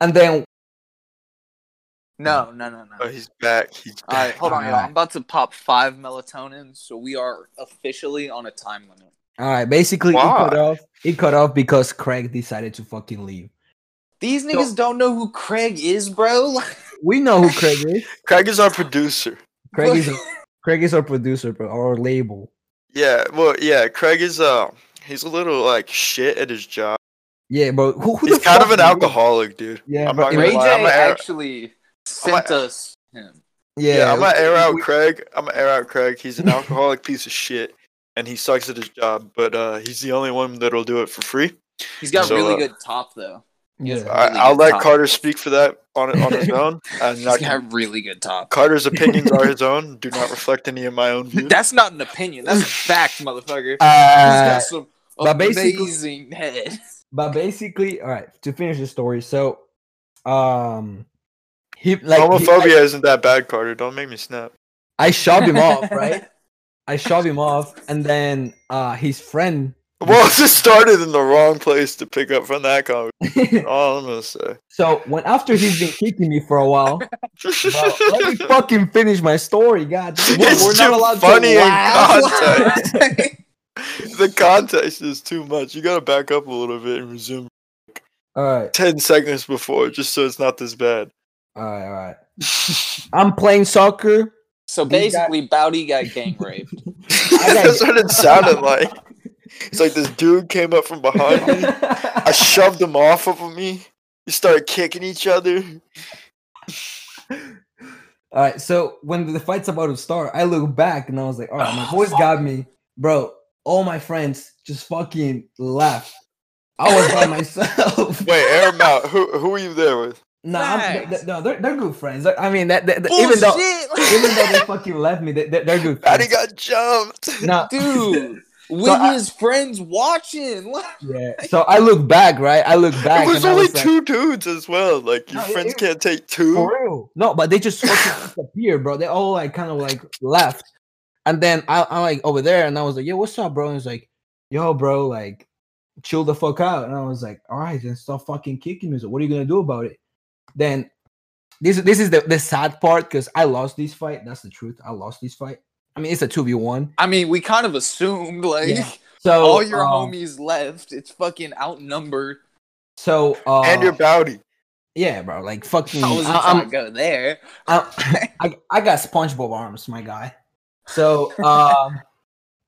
and then
No, no, no, no.
Oh, he's back. He's
All right,
back.
hold on, y'all.
Alright.
I'm about to pop five melatonin, so we are officially on a time limit.
all right, basically it cut
Why?
off. It cut off because Craig decided to fucking leave.
These niggas don't know who Craig is, bro.
We know who Craig is.
Craig is our producer.
Craig is Craig is our producer, bro, our label.
Yeah, well, yeah. Craig is uh, he's a little like shit at his job.
Yeah, bro. Who, who
He's
the
kind
fuck
of an
is-
alcoholic, dude.
Yeah,
I'm
bro,
not
it
gonna
Ray
was-
J
lie, I'm a-
actually sent us him.
yeah,
Yeah, I'm gonna air out
we-
Craig. I'm gonna air out Craig. He's an alcoholic piece of shit, and he sucks at his job. But uh, he's the only one that'll do it for free.
He's got
So,
really
uh,
good top though.
yeah.
Yes.
I,
Really
I'll
good
let
topic.
Carter speak for that on on his own. I'm
He's
not gonna-
got really good top.
Carter's opinions are his own. Do not reflect any of my own views.
That's not an opinion. That's a fact, motherfucker. He's
Uh,
got some
but basically-
amazing head.
but basically, all right, to finish the story, so um he like he-
Homophobia isn't that bad, Carter. Don't make me snap.
I shove him off, right? I shove him off, and then uh his friend.
Well, this started in the wrong place to pick up from that comment. All I'm gonna say.
so when after he's been kicking me for a while, bro, let me fucking finish my story, god. damn.
It's
We're
too
not allowed
funny
to
in
laugh.
context. the context is too much. You gotta back up a little bit and resume
all right,
ten seconds before, just so it's not this bad.
all right, all right. I'm playing soccer.
so
He got-
basically, Bowdy got gang raped.
I got-
That's what it sounded like. It's like this dude came up from behind me. I shoved him off of me. We started kicking each other.
All right, so when the fight's about to start, I look back and I was like, all right, my boys got me. Bro, all my friends just fucking left. I was by myself.
Wait, air him out. Who who are you there with?
No, I'm, th-
Facts.
th- no, they're, they're good friends. They're- I mean, that, that, that- even though even though they fucking left me, they, they're, they're good
Patty
friends.
got jumped.
No,
dude. With
I-
his friends watching.
yeah. So I look back, right? I look back.
It was
and I
only
like,
two dudes as well. Like your
No, it-
friends
it-
can't take two.
For real. No, but they just fucking disappeared, bro. They all like kind of like left. And then I, I'm like over there and I was like, yo, what's up, bro? And he's like, yo, bro, like, chill the fuck out. And I was like, all right, then stop fucking kicking me. So what are you gonna do about it? Then this this is the, the sad part because I lost this fight. That's the truth. I lost this fight. I mean, it's a 2v1.
I mean, we kind of assumed like
Yeah. So
all your
um,
homies left. It's fucking outnumbered.
So uh,
And your bounty.
yeah, bro. Like fucking
I wasn't
mm, I- um,
trying
I'm-
to go there.
I, Uh, I I got SpongeBob arms, my guy. So um,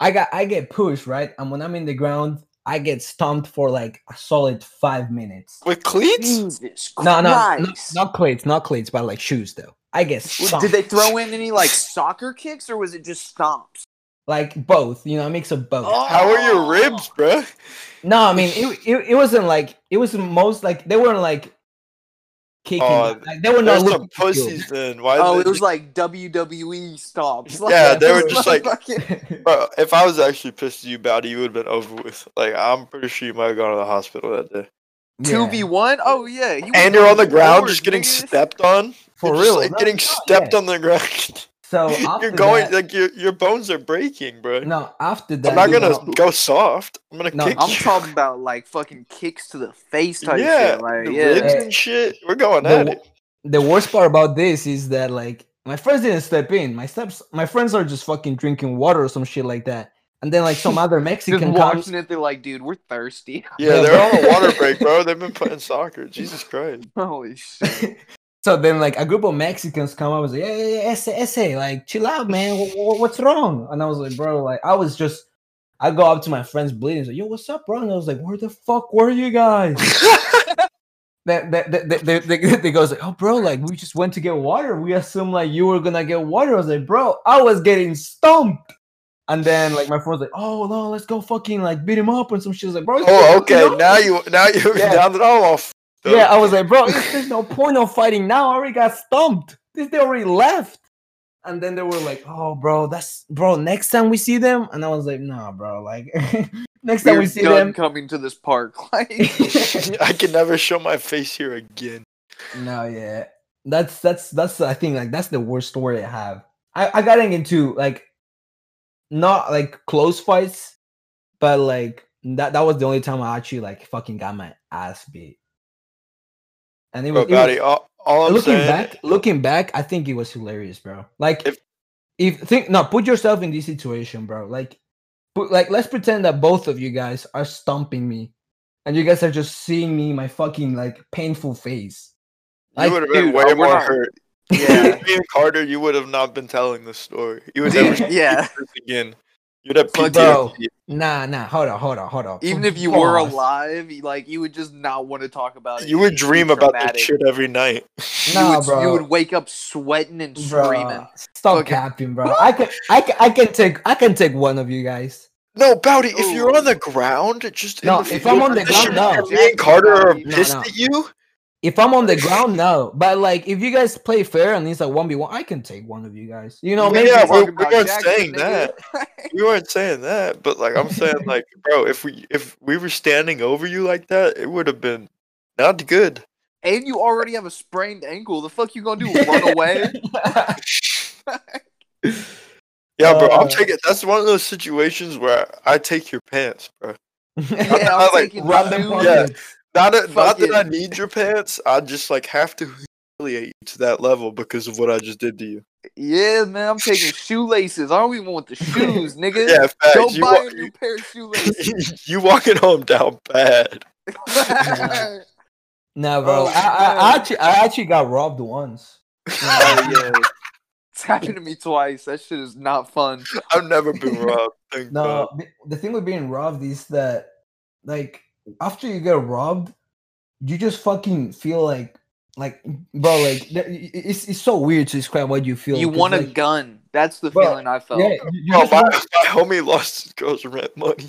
I got I get pushed right, and when I'm in the ground, I get stomped for like a solid five minutes.
With cleats?
Jesus
No, no, no,
Christ.
not cleats, not cleats, but like shoes though. I get stomped,
Did they throw in any like soccer kicks or was it just stomps?
like both, you know, a mix of both.
How are your ribs,
Oh.
bruh?
No, I mean it, it. It wasn't like it was most like they weren't like kicking.
Oh,
like, they were not
There's some
looking. for you.
pussies then. Why
Oh,
they
it was
just-
like WWE stomps.
Yeah, they were just like-
motherfucking-
Bro, if I was actually pissed at you, Bounty, you would have been over with. Like, I'm pretty sure you might have gone to the hospital that day.
two
Yeah.
v one. Oh yeah, you
And
were
you're on the
going
ground
forward,
just getting
nigga.
stepped on.
for
You're
real.
just, like,
No,
getting
no,
stepped
yeah.
on the ground.
So after
you're going,
that-
like, your, your bones are breaking, bro.
No, after that,
I'm not
you
gonna
know,
go soft. I'm gonna
No,
kick
I'm
you.
talking about like fucking kicks to the face type
yeah,
shit. Like
the
yeah,
ribs and shit. We're going
The
at
wo-
it.
the worst part about this is that like my friends didn't step in. My steps, my friends are just fucking drinking water or some shit like that. And then like some other
just
Mexican comes.
watching it. They're like, dude, we're thirsty.
Yeah,
Yeah,
they're
bro.
on a water break, bro. They've been playing soccer. Jesus Christ.
Holy shit.
So then like a group of Mexicans come. I was like, yeah, yeah, yeah, ese, ese, like chill out, man. Wha- wha- what's wrong? And I was like, bro, like I was just. I go up to my friends bleeding. Like, yo, what's up, bro? And I was like, where the fuck were you guys? that that that that- that- that- they goes like, oh bro, like we just went to get water. We assumed like you were gonna get water. I was like, bro, I was getting stomped. And then like my friend's like, oh no, let's go fucking like beat him up and some shit. I was like, bro, it's-
Oh,
there's
okay.
no-
Now you, now you're
Yeah.
down it all off.
Yeah, oh. I was like, bro, it's- there's no point of fighting now. I already got stomped. This they already left. And then they were like, oh bro, that's bro, next time we see them. And I was like, nah, bro, like next time
We're
we see
done
them.
coming to this park. Like,
I can never show my face here again.
No, yeah, that's that's that's I think like that's the worst story I have. I I got into like not like close fights, but like that that was the only time I actually like fucking got my ass beat. And it was, it
Bro,
was-
Bounty, all, all I'm
looking
saying,
back, looking back, I think it was hilarious, bro. Like if,
If-
think no, put yourself in this situation, bro. Like put like let's pretend that both of you guys are stomping me, and you guys are just seeing me my fucking like painful face.
you
Like,
would have been
dude,
way
uh, we're
more
not-
hurt.
yeah,
Me and Carter, you would have not been telling this story. You would never
dude,
see
yeah.
this again. You'd have
Fuck,
bro.
PTSD.
Nah, nah, hold on, hold on, hold on.
Even if you were
Pause.
alive, you- like you would just not want to talk about it.
You would
It'd be
dream about that
traumatic.
shit every night.
nah,
you, would,
bro.
you would wake up sweating and screaming.
Bro, stop
Fucking-
capping, bro. I can, I can, I can take, I can take one of you guys.
No, Bounty, if you're
Ooh.
on the ground, just in
No,
the
if I'm on the
position,
ground, no.
and Me and Carter are
No,
pissed
no.
at you.
If I'm on the ground, no. But like, if you guys play fair and it's a one v one, I can take one of you guys. You know,
Yeah,
maybe.
yeah,
it's-
we-
Talking
we
about
weren't
Jackson,
saying
nigga.
We weren't saying that, but like I'm saying, like, bro, if we if we were standing over you like that, it would have been not good.
and you already have a sprained ankle. The fuck you gonna do? Run away?
Yeah, bro,
Uh.
I'm taking. That's one of those situations where I take your pants, bro.
Yeah,
I,
I'm
like,
taking
Random
two-
Yeah.
pockets.
Not a,
Fuck
not that
it.
I need your pants. I just like have to humiliate you to that level because of what I just did to you.
Yeah, man, I'm taking shoelaces. I don't even want the shoes, nigga.
Yeah, facts.
Go
you,
buy
walk,
a new pair of shoelaces.
you walking home down bad.
Yeah. No, bro.
Oh,
I, I, I
no.
actually, I actually got robbed once.
Oh, yeah. It's happened to me twice. That shit is not fun.
I've never been robbed. Thank
No,
God.
b- the thing with being robbed is that, like, after you get robbed, you just fucking feel like, like, bro, like, th- i- i- it's it's so weird to describe what you feel.
You
'cause,
want a
like,
gun. That's the
Bro,
feeling I felt.
Yeah, you- you
Bro,
just
my,
want-
my homie lost his girl's rent money.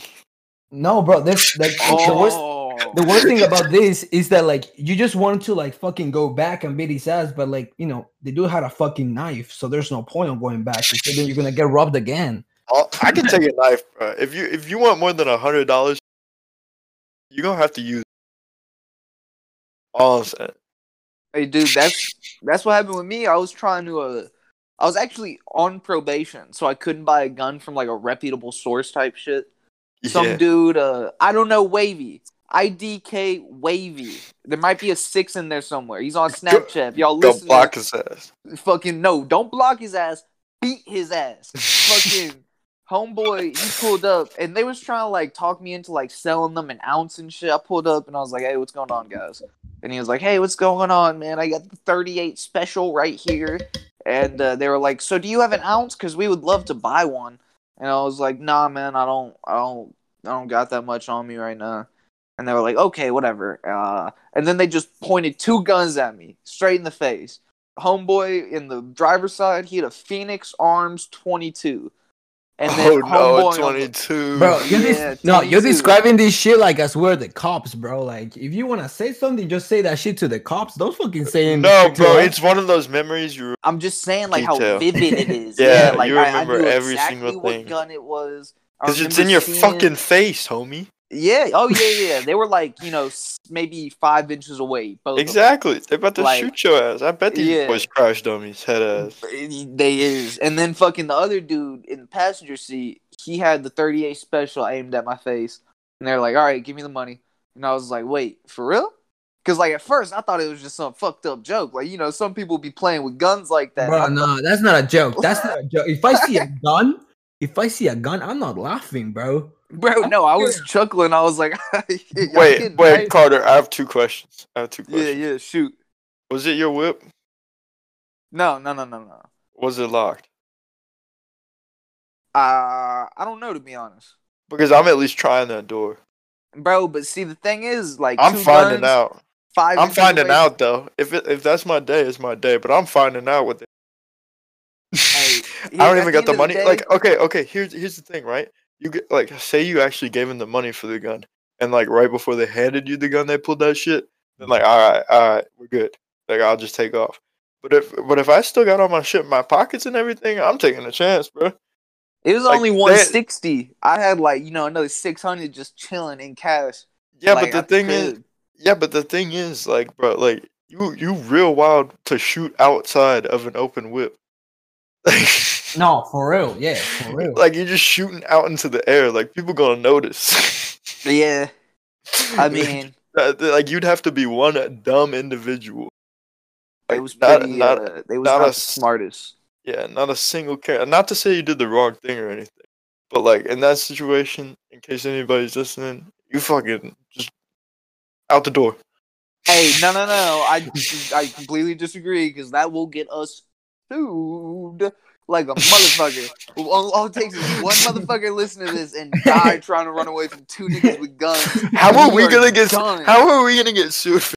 no, bro. That's like
Oh.
the worst.
Oh.
The worst thing about this is that like you just want to like fucking go back and beat his ass, but like you know they do had a fucking knife, so there's no point of going back. Because then you're gonna get robbed again.
I'll, I can take a knife, bro. If you if you want more than a hundred dollars, you gonna have to use. it. All I'm saying.
Hey, dude, that's that's what happened with me. I was trying to, uh, I was actually on probation, so I couldn't buy a gun from like a reputable source type shit. Some
Yeah.
dude, uh, I don't know, Wavy, IDK Wavy. There might be a six in there somewhere. He's on Snapchat. Y'all
Go
listen.
block his ass.
Fucking no, don't block his ass. Beat his ass. Fucking homeboy, he pulled up, and they was trying to like talk me into like selling them an ounce and shit. I pulled up, and I was like, "Hey, what's going on, guys?" And he was like, "Hey, what's going on, man? I got the 38 special right here." And uh, they were like, "So do you have an ounce? Because we would love to buy one." And I was like, "Nah, man, I don't, I don't, I don't got that much on me right now." And they were like, "Okay, whatever." Uh, and then they just pointed two guns at me straight in the face. Homeboy in the driver's side, he had a Phoenix Arms 22. And then
oh no,
homeboy on the-
twenty two.
bro you're dis-
Yeah,
no you're
22.
describing this shit like as we're the cops bro like if you want to say something just say that shit to the cops don't fucking say anything
No,
to
bro,
us.
it's one of those memories you.
I'm just saying, like
Detail.
how vivid it is.
Yeah,
like
you remember
I, I knew
every
exactly
single
what
thing.
gun it was. I
Because it's
remember
in your
seeing-
fucking face, homie.
Yeah. Oh yeah, yeah. They were like you know s- maybe five inches away. Both of them.
Exactly. They're about to
Like-
shoot your ass. I bet these
Yeah.
boys crash dummies, head ass.
They is, and then fucking the other dude in the passenger seat, he had the 38 special aimed at my face, and they're like, "All right, give me the money," and I was like, "Wait, for real?" Because like at first I thought it was just some fucked up joke, like you know some people be playing with guns like that.
bro
I-
no that's not a joke that's not a joke if i see a gun if i see a gun i'm not laughing bro
Bro, no, I was chuckling. I was like, "Y'all
Wait,
kidding,
wait,
right?"
Carter. I have two questions. I have two
Yeah,
questions.
yeah, shoot.
Was it your whip?
No, no, no, no, no.
Was it locked?
Uh, I don't know to be honest,
Because I'm at least trying that door.
bro. But see, the thing is, like,
I'm
two
finding
guns,
out.
Five.
I'm
inches
finding
away-
out though. If it, if that's my day, it's my day. But I'm finding out what. They-
Hey, yeah,
I don't
at
even got
end of
the money.
day-
like, okay, okay. Here's here's the thing, right? You get like, say you actually gave him the money for the gun, and like right before they handed you the gun, they pulled that shit. Then like, all right, all right, we're good. Like, I'll just take off. But if but if I still got all my shit in my pockets and everything, I'm taking a chance, bro.
it was
like,
only
that-
160. I had like you know another 600 just chilling in cash.
Yeah,
Like,
but
I
the thing is,
could-
Yeah, but the thing is, like, bro, like you you real wild to shoot outside of an open whip. Like,
no for real yeah for real
like you're just shooting out into the air. Like people gonna notice.
yeah, I mean,
Uh, th- like you'd have to be one dumb individual.
it
Like,
was
not-
pretty.
not-
uh, they was
not
not,
a
the
s-
smartest.
yeah, not a single care. Not to say you did the wrong thing or anything, but like in that situation, in case anybody's listening, you fucking just out the door.
Hey, no, no, no. I I completely disagree because that will get us sued like a motherfucker. all, all it takes is one motherfucker listen to this and die trying to run away from two niggas with guns.
How are
You
we
are
gonna get?
done.
How are we gonna get sued? for-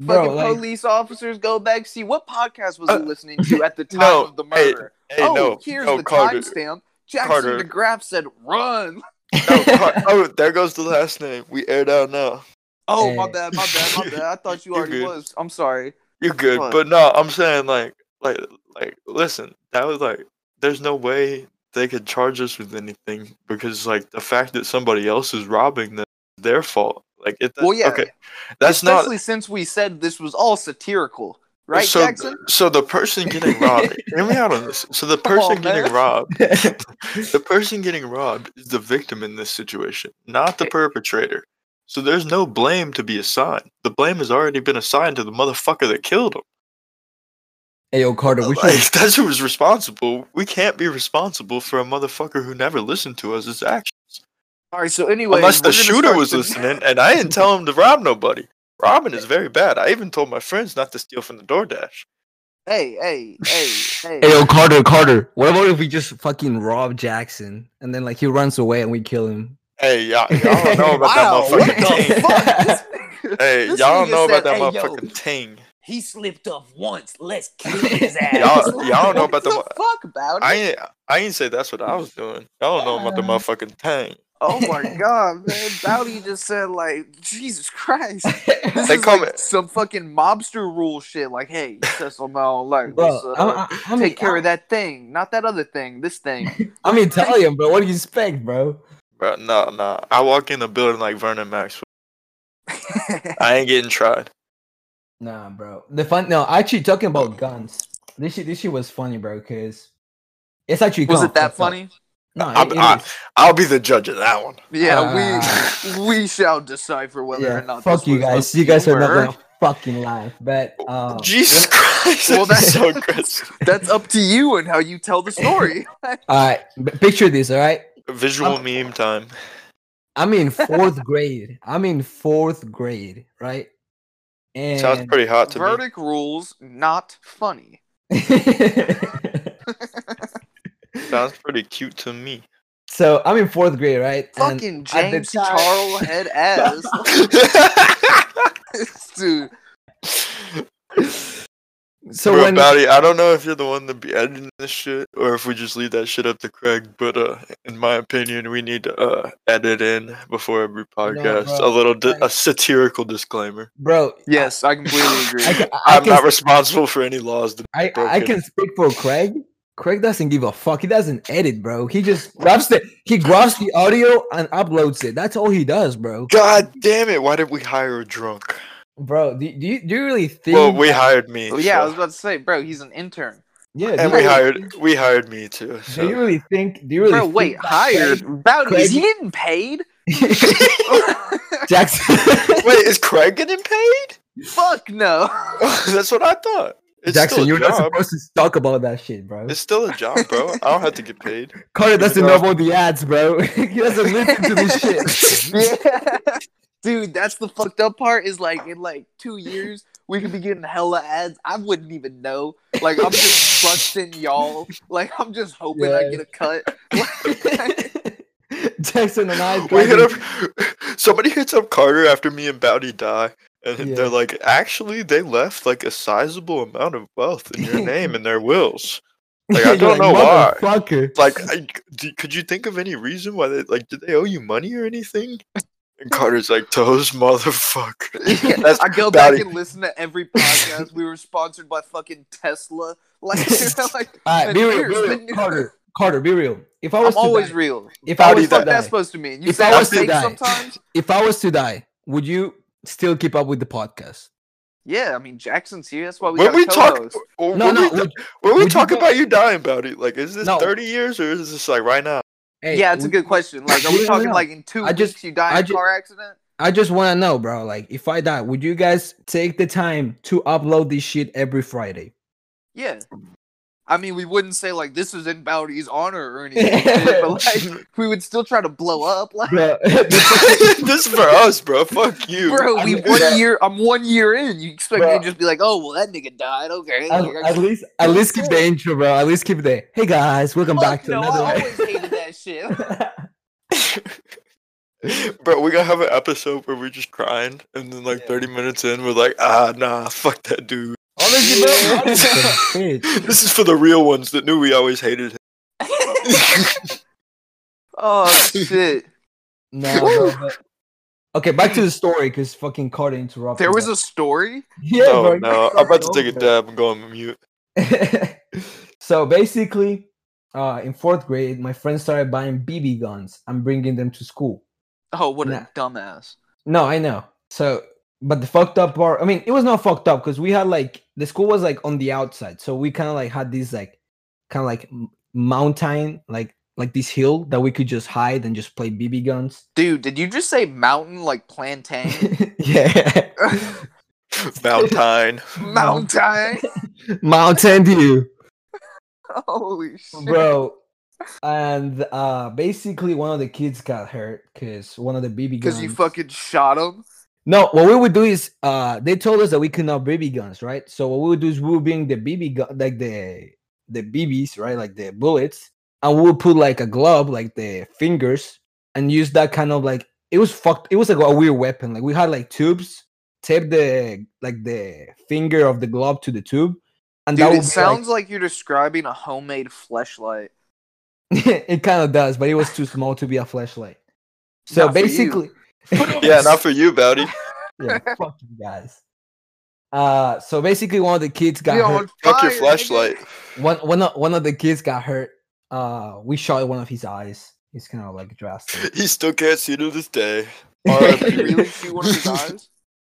bro
Fucking
like,
police officers go back. See what podcast was
Uh,
he listening to at the time
no,
of the
hey,
murder?
Hey,
oh,
no,
here's
no,
the
Carter.
timestamp. Jackson
Carter.
DeGraff said, "Run."
No, Car- oh, there goes the last name. We aired out now.
Oh my
Hey.
bad, my bad, my bad. I thought you
You're
already
good.
was. I'm sorry.
You're good,
Fuck.
but no, I'm saying like, like, like. Listen, that was like. There's no way they could charge us with anything because like the fact that somebody else is robbing them, is their fault. Like, it,
Well, yeah,
okay, that's not
Especially since we said this was all satirical, right,
so,
Jackson?
So the person getting robbed. hear me out on this. So the
Come on,
person getting
man.
robbed. the person getting robbed is the victim in this situation, not the
Eh.
perpetrator. So there's no blame to be assigned. The blame has already been assigned to the motherfucker that killed him.
hey yo carter we should
Like, that's who was responsible. We can't be responsible for a motherfucker who never listened to us his actions.
All right. So anyway,
Unless the
we're gonna
shooter
start
was
the-
listening, and I didn't
Eh.
tell him to rob nobody. Robbing is very bad. I even told my friends not to steal from the DoorDash.
Hey, hey, hey, hey.
Hey, yo, Carter, Carter. What about if we just fucking rob Jackson and then like he runs away and we kill him?
Hey, y'all, y'all don't know about
Wow,
that
what
motherfucking
the
ting.
fuck? This-
Hey,
this
y'all
nigga
don't know about that
said, "Hey, yo."
motherfucking ting.
He slipped up once. Let's kill his ass.
Y'all, y'all don't know about
What
the.
the
mo-
fuck about
I ain't,
it?
I ain't say that's what I was doing. Y'all don't know about the motherfucking ting.
Oh my god, man! Bowdy just said like, Jesus Christ. This
They
is
call
like
me-
some fucking mobster rule shit. Like, hey, Cecil Mel, like,
Bro,
let's, uh,
I'm, I'm, I'm,
take care
I'm,
of that thing, not that other thing. This thing.
I'm Italian, bro. What do you expect, bro?
Bro, no, no. I walk in the building like Vernon Maxwell. I ain't getting tried.
Nah, bro. The fun. No, actually, talking about guns. This shit, this shit was funny, bro. Cause it's actually
Was
kinda
it that
fucked up.
funny?
No,
I'm-
it- it
I-
is.
I'll be the judge of that one.
Yeah, we we shall decipher whether
Ah. yeah,
or not.
fuck
this
you
was a
guys. You guys are not
humor. Oh,
gonna fucking laugh. But um,
Jesus Christ,
Well,
well, that's
that-
so aggressive.
That's up to you and how you tell the story.
all right, b- picture this. All right,
Visual meme time.
I'm in fourth grade. I'm in fourth grade, right? And
Sounds pretty hot to me.
Verdict rules not funny.
Sounds pretty cute to me.
so I'm in fourth grade, right? And
Fucking
at the
James
time-
Charles head ass, dude.
So
Bro,
when
Bowdy, I don't know if you're the one to be editing this shit or if we just leave that shit up to Craig, but uh, in my opinion, we need to uh, edit in before every podcast
bro,
a little di-
like-
a satirical disclaimer.
bro,
Yes, I completely agree.
I, ca- I,
I'm
can,
not responsible for any laws. To-
I, I can speak for Craig. Craig doesn't give a fuck. He doesn't edit, bro. He just grabs the he grabs the audio and uploads it. That's all he does, bro.
God damn it! Why did we hire a drunk?
Bro, do, do you do you really think?
Well, we
that-
hired me.
Well, yeah, I
so-
was about to say, bro, he's an intern.
yeah, do
and
you
we
really-
hired we hired me too.
Do you
So.
really think? Do you really?
Bro,
think
wait,
that
hired. Bowdy,
Craig-
is he getting paid?
Jackson.
Wait, is Craig getting paid?
Fuck no.
That's what I thought. It's
Jackson,
still a
you're not
job.
supposed to talk about that shit, bro.
It's still a job, bro. I don't have to get paid.
Carter doesn't know
know.
about the ads, bro. he doesn't listen to this shit.
Yeah. Dude, that's the fucked up part is like in like two years we could be getting hella ads. I wouldn't even know. Like I'm just trusting y'all. Like I'm just hoping I
Yeah.
get a cut.
Jackson and I.
We hit
driving-
up somebody hits up Carter after me and Bowdy die, and
Yeah.
they're like, actually, they left like a sizable amount of wealth in your name in their wills. Like, I
You're
don't know why.
like, Motherfucker.
Like, I, d- could you think of any reason why they like? Did they owe you money or anything? And Carter's like, those motherfuckers. That's
I go back
Bowdy.
and listen to every podcast. We were sponsored by fucking Tesla. Like, like
All right, be
and
real,
here's
be
the
real.
new-
Carter. Carter, be real. If I was
I'm
to
always
die,
real.
if I
Howdy,
What the
was to
fuck
die,
that's supposed to mean? You
If
say
I
I'm
was to
fake
die.
sometimes?
if I was to die, would you still keep up with the podcast?
Yeah, I mean Jackson's here. That's why we
when
got
we
a
talk,
co-host.
when
No,
we
no.
ta-
Would,
When we
Would you
talk
go-
about you dying, Bowdy, like, is this
No.
30 years or is this like right now?
hey,
yeah, it's a
would-
good question. Like, are
Yeah,
we
no,
talking
no.
like in two
I just-
weeks you die
I
in a
ju-
car accident?
I just want to know, bro. Like, if I die, would you guys take the time to upload this shit every Friday?
Yeah. I mean, we wouldn't say like this is in Bowdy's honor or anything, but like we would still try to blow up. Like,
Bro,
this is for us, bro. Fuck you.
bro, we
mean,
one
yeah.
year. I'm one year in. You expect me
Bro.
to just be like, oh, well, that nigga died. Okay.
at,
Like,
at least, at least keep the intro, bro. At least keep the hey guys, welcome
fuck
back to
no,
another.
I always hated that shit.
Bro, we gonna have an episode where we're just crying, and then like 30 minutes in, we're like, ah, nah, fuck that dude.
Honestly, bro, honestly, bitch.
This is for the real ones that knew we always hated him.
Oh shit!
no, bro, but- okay, back to the story because fucking Carter interrupted.
There was
us.
a story.
yeah,
Oh, no,
bro, you
no,
started
I'm about to take a
over.
dab and go on mute.
so basically, uh, in fourth grade, my friends started buying BB guns and bringing them to school.
Oh, what
Nah.
a dumbass!
No, I know. So, but the fucked up part, I mean, it was not fucked up because we had like the school was like on the outside, so we kind of like had this like kind of like m- mountain, like like this hill that we could just hide and just play BB guns.
Dude, did you just say mountain like plantain?
yeah,
Mountain.
mountain.
Mountain Dew.
Holy shit!
bro. And uh basically, one of the kids got hurt because one of the BB guns.
Because you fucking shot him.
No, what we would do is uh they told us that we could not BB guns, right? So what we would do is we would bring the BB gun like the the BBs, right? Like the bullets, and we would put like a glove, like the fingers, and use that kind of like it was fucked. It was like a weird weapon. Like we had like tubes, tape the like the finger of the glove to the tube, and
Dude,
that
it
would be, like-
sounds like you're describing a homemade fleshlight.
it kind of does, but it was too small to be a flashlight. So
Not for you.
basically,
Yeah, not for you, Bowdy.
yeah, fuck you guys. Uh, so basically, one of the kids got
You're
hurt.
on
Fuck
fire,
your
nigga.
flashlight.
one one of, one of the kids got hurt. Uh, we shot one of his eyes. He's kind of like drastic.
He still can't see to this day. RIP.
Really see one of his eyes?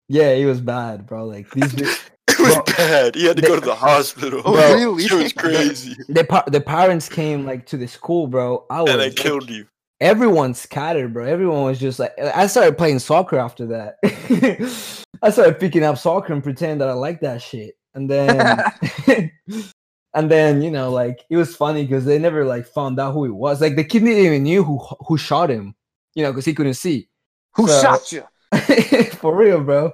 yeah, he was bad, bro. Like these, bi-
It was
Bro.
bad. He had to go to the hospital.
Oh,
Bro,
really?
It was crazy.
the pa- the parents came like to the school, bro. I was
And they
like,
killed you.
everyone scattered, bro. Everyone was just like, I started playing soccer after that. I started picking up soccer and pretend that I like that shit, and then and then you know, like it was funny because they never like found out who he was. Like the kid didn't even knew who who shot him, you know, because he couldn't see.
Who
So-
shot you?
for real, bro.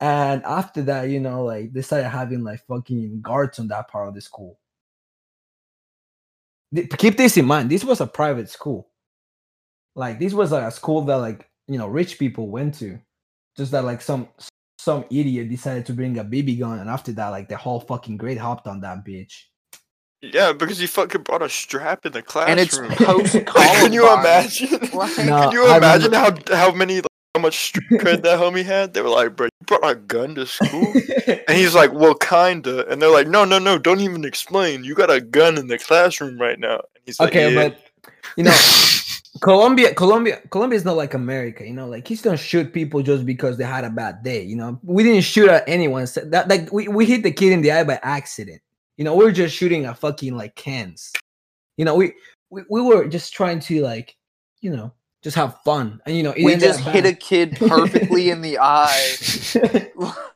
And after that, you know, like they started having like fucking guards on that part of the school. Th- Keep this in mind. This was a private school. Like this was like a school that like you know rich people went to. Just that like some some idiot decided to bring a BB gun, and after that, like the whole fucking grade hopped on that bitch.
Yeah, because he fucking brought a strap in the classroom.
And it's post
Like, can
Columbine.
you imagine?
No,
can you
I
imagine
remember-
how how many like, how much street cred that homie had? They were like, "Bro, you brought a gun to school," and he's like, "Well, kinda." And they're like, "No, no, no! Don't even explain. You got a gun in the classroom right now." And he's like,
okay,
"Yeah."
but you know, Colombia, Colombia, Colombia is not like America. You know, like kids don't shoot people just because they had a bad day. You know, we didn't shoot at anyone. So that like we, we hit the kid in the eye by accident. You know, we were just shooting at fucking like cans. You know, we we, we were just trying to like, you know, just have fun. And you know,
We just hit a kid perfectly in the eye
a.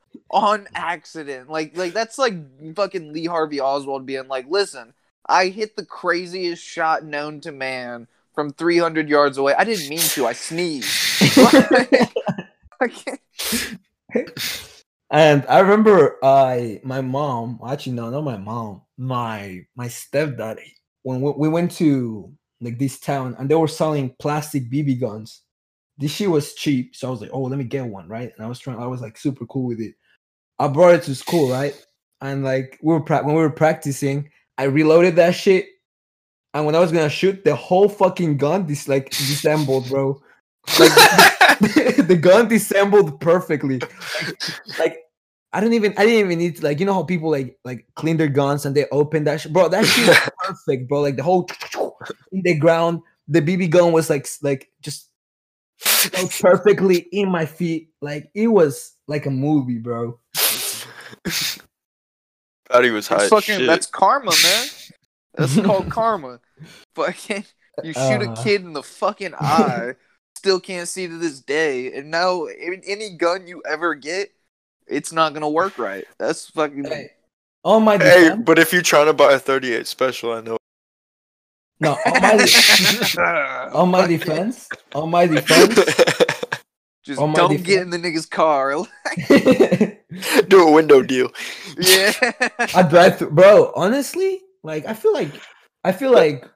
on accident. Like like that's like fucking Lee Harvey Oswald being like, "Listen, I hit the craziest shot known to man from 300 yards away. I didn't mean to. I sneezed." I can't-
And I remember I my mom actually no not my mom my my stepdad when we, we went to like this town and they were selling plastic BB guns. This shit was cheap, so I was like, oh, let me get one, right? And I was trying, I was like super cool with it. I brought it to school, right? And like we were pra- when we were practicing, I reloaded that shit, and when I was gonna shoot, the whole fucking gun dis like disassembled, bro. Like the gun disassembled perfectly. Like I don't even I didn't even need to, like you know how people like like clean their guns and they open that shit, bro. That shit was perfect, bro. Like the whole in the ground, the BB gun was like s- like just so perfectly in my feet. Like it was like a movie, bro.
Thought he was high.
That's
as
fucking
shit.
that's karma, man. That's called karma. Fucking you shoot a
Uh.
kid in the fucking eye, still can't see to this day, and now a- any gun you ever get, it's not gonna work right. That's fucking
Hey, on my
Hey,
defense,
but if you're trying to buy a 38 special, I know.
no, on my, on my defense, on my defense,
just
on my
don't
defense-
get in the nigga's car.
Do a window deal.
yeah.
I drive through, bro. Honestly, like I feel like I feel like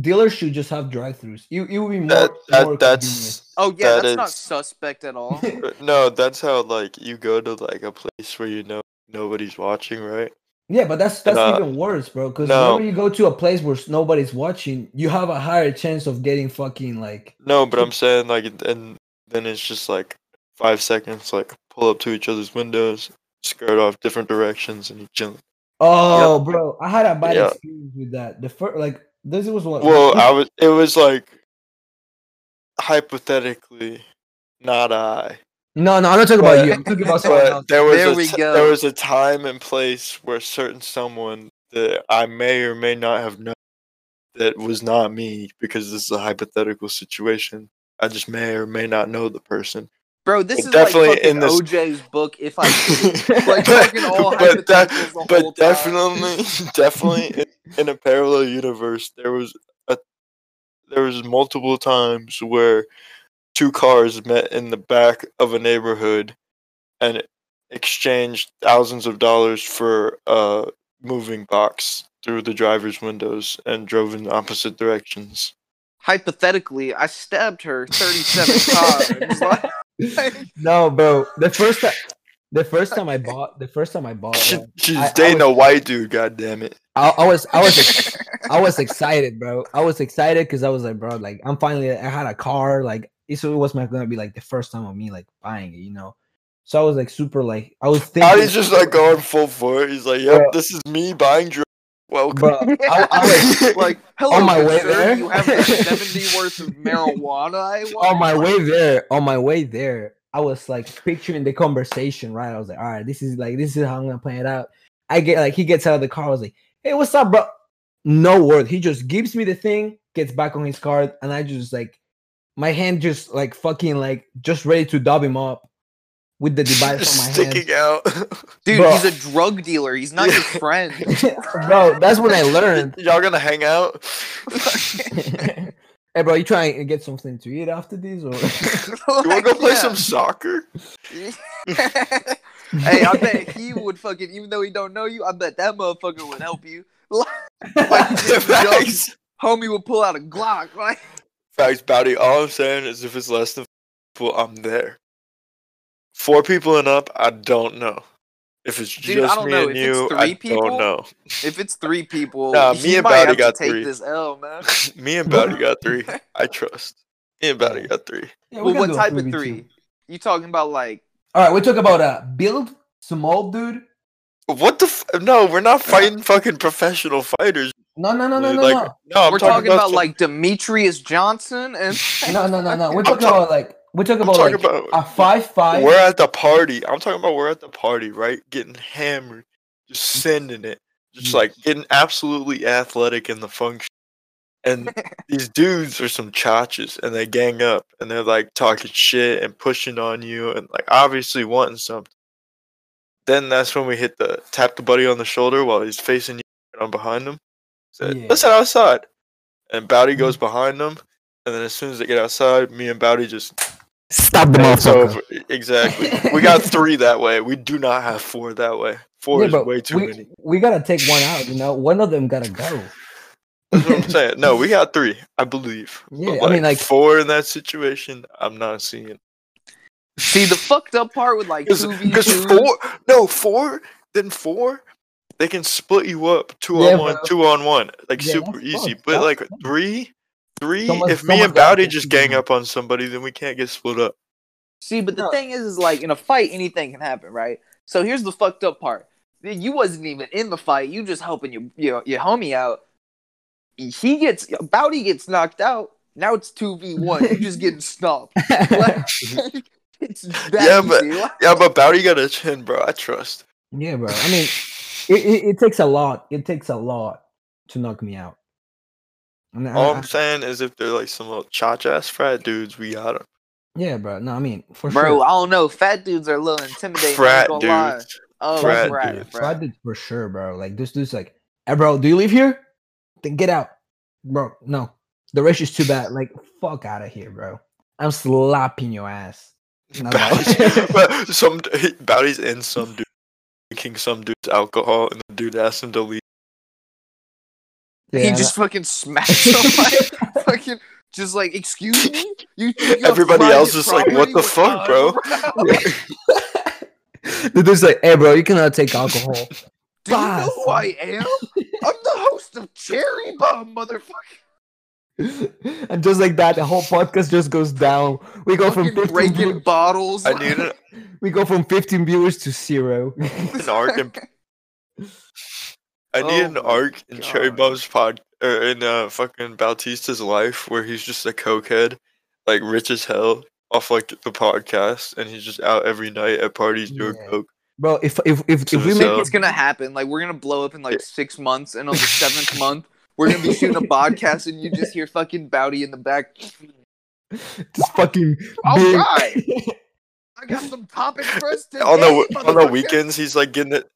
dealers should just have drive-throughs. You you would be more,
That,
more
that
convenient.
that's
Oh yeah,
That
that's not
is-
suspect at all.
no. That's how like you go to like a place where you know nobody's watching, right?
yeah, but that's that's
Nah.
even worse, bro. Because
uh, No.
whenever you go to a place where s- nobody's watching, you have a higher chance of getting fucking like
No, but I'm saying like, it- and then it's just like five seconds, like pull up to each other's windows, skirt off different directions, and you chill.
oh, bro. I had a bad
Yeah.
experience with that. The first like this was what
Well, I was. It was like hypothetically, not I.
no no I'm not talking
but-
about you. I'm talking about someone else.
But there was
There
a
we
t-
go.
there was a time and place where certain someone that I may or may not have known that was not me because this is a hypothetical situation. I just may or may not know the person.
Bro, this
But
is
definitely
like fucking
in this-
OJ's book. If I
but
fucking all
but, that-
hypotheticals the
but
whole time.
definitely, definitely, in, in a parallel universe, there was a there was multiple times where two cars met in the back of a neighborhood and exchanged thousands of dollars for a moving box through the driver's windows and drove in opposite directions.
Hypothetically, I stabbed her 37 times. Like,
no, bro. The first time, the first time I bought, the first time I
Oh,
bought,
She-
one,
she's
I- I
dating
was-
a white dude, god damn it.
I, I was, I was, ex- I was excited, bro. I was excited because I was like, bro, like I'm finally, I had a car. Like it's- it was not gonna be like the first time of me like buying it, you know. So I was like super, like I was thinking.
Body's just like going full for it. He's like, yep,
Bro.
this is me buying drugs. Welcome.
bro, I, I was
like, hello,
On my
good
way
sir,
there?
you have like 70 worth of marijuana I want.
on my way there, on my way there, I was like picturing the conversation, right? I was like, all right, this is like this is how I'm gonna play it out. I get like he gets out of the car, I was like, hey, what's up, bro? No word. He just gives me the thing, gets back on his card, and I just like my hand just like fucking like just ready to dub him up with the device on my hand.
Sticking out.
Dude,
Bro.
he's a drug dealer. He's not your friend.
bro, that's when I learned.
Y'all gonna hang out?
hey bro, you trying to get something to eat after this or
You wanna go play some soccer?
hey, I bet he would fucking, even though he don't know you, I bet that motherfucker would help you.
Facts.
Homie would pull out a Glock. Like,
Facts, Bowdy. All I'm saying is if it's less than four people, I'm there. Four people and up, I don't know. If it's
Dude, I
just
don't
me
know.
and
If it's
you, I
three people-
don't know.
if it's three people,
Nah,
he
me and
might
Bowdy
have
got
to take
three.
this L, man.
me and Bowdy got three. I trust. Me and Bowdy got three.
Yeah, we
Well,
can
what
do a
type of
3v2.
three? You talking about like
All right, we talk about uh build small dude.
What the? F- no, we're not fighting fucking professional fighters.
No, no, no, no,
dude.
no,
like,
no,
I'm
we're talking, about,
some-
like Demetrius Johnson and
no, no, no, no. We're talking
talk-
about like we're talking
I'm
about
talking
like
about
a five five.
we're at the party. I'm talking about we're at the party, right? Getting hammered, just
Mm.
sending it, just like getting absolutely athletic in the function. And these dudes are some chachas, and they gang up, and they're like talking shit and pushing on you, and like obviously wanting something. Then that's when we hit the tap the buddy on the shoulder while he's facing you, and I'm behind him. Said,
Yeah. Mm.
"Let's head outside." And Bowdy goes behind them, and then as soon as they get outside, me and Bowdy just
Stop the
it's over. e, Exactly. we got three that way. We do not have four that way. Four
Yeah,
is
but
way too
we,
many.
we gotta take one out. You know, one of them gotta go.
That's what I'm saying. No, we got three, I believe. But,
Yeah, I mean, like-
four in that situation, I'm not seeing.
see the fucked up part with like two v
Because
two.
four, no four, then four, they can split you up two
Yeah,
on one,
bro.
two on one, like
Yeah,
super
that's
easy.
fucked.
But
That's
like
fucked.
three, three.
Someone-
if me
someone
and
gotta
Bowdy
get
just
you
gang
down.
up on somebody, then we can't get split up.
See, but the
No.
thing is, is like in a fight, anything can happen, right? So here's the fucked up part: you wasn't even in the fight; you just helping your your, your homie out. He gets Bowdy gets knocked out. Now it's two v one. You're just getting stomped. Like, it's that
Yeah, but-
easy. Like,
Yeah, but Bowdy got a chin, bro. I trust.
yeah, bro. I mean, it, it, it takes a lot. It takes a lot to knock me out. And I-
All
I-
I'm saying is if they're like some little cha ass frat dudes, we got 'em.
yeah, bro. No, I mean for
bro,
sure.
I don't know. Fat dudes are a little intimidating.
Frat
Frat dudes.
dudes.
Oh,
Frat
frat,
dudes.
frat,
So I did for sure, bro. Like this dude's like, hey, bro, do you live here? Then get out, bro. No, the rush is too bad. Like, fuck out of here, bro. I'm slapping your ass. No, no.
Bowdy's, but some d- Bowdy's in some dude drinking some dude's alcohol, and the dude asks him to leave.
he
Yeah,
just fucking smashed somebody. fucking just like, excuse me. You, you have
Everybody
private
else is like, "What the fuck,
property
bro?"
with us, bro?"
The dude's like, hey, bro, you cannot take alcohol.
Do you know
Boss.
who I am? I'm the host of Cherry Bomb, motherfucker.
and just like that, the whole podcast just goes down. We go from
Fucking
15
breaking
view-
bottles.
I
like-
need an,
we go from 15 viewers to zero.
an arc. In, I need
Oh
an
my
arc in Cherry
God.
Bomb's pod or in uh, fucking Bautista's life where he's just a cokehead, like rich as hell off like the podcast, and he's just out every night at parties doing
Yeah.
coke.
bro, if if if, if we
You
make
think it's gonna happen? Like we're gonna blow up in like six months, and on the seventh month, we're gonna be shooting a podcast, and you just hear fucking Bowdy in the back.
this fucking
All
big-
right, I got some topics for us today.
On the on the
motherfucker."
weekends, he's like getting it.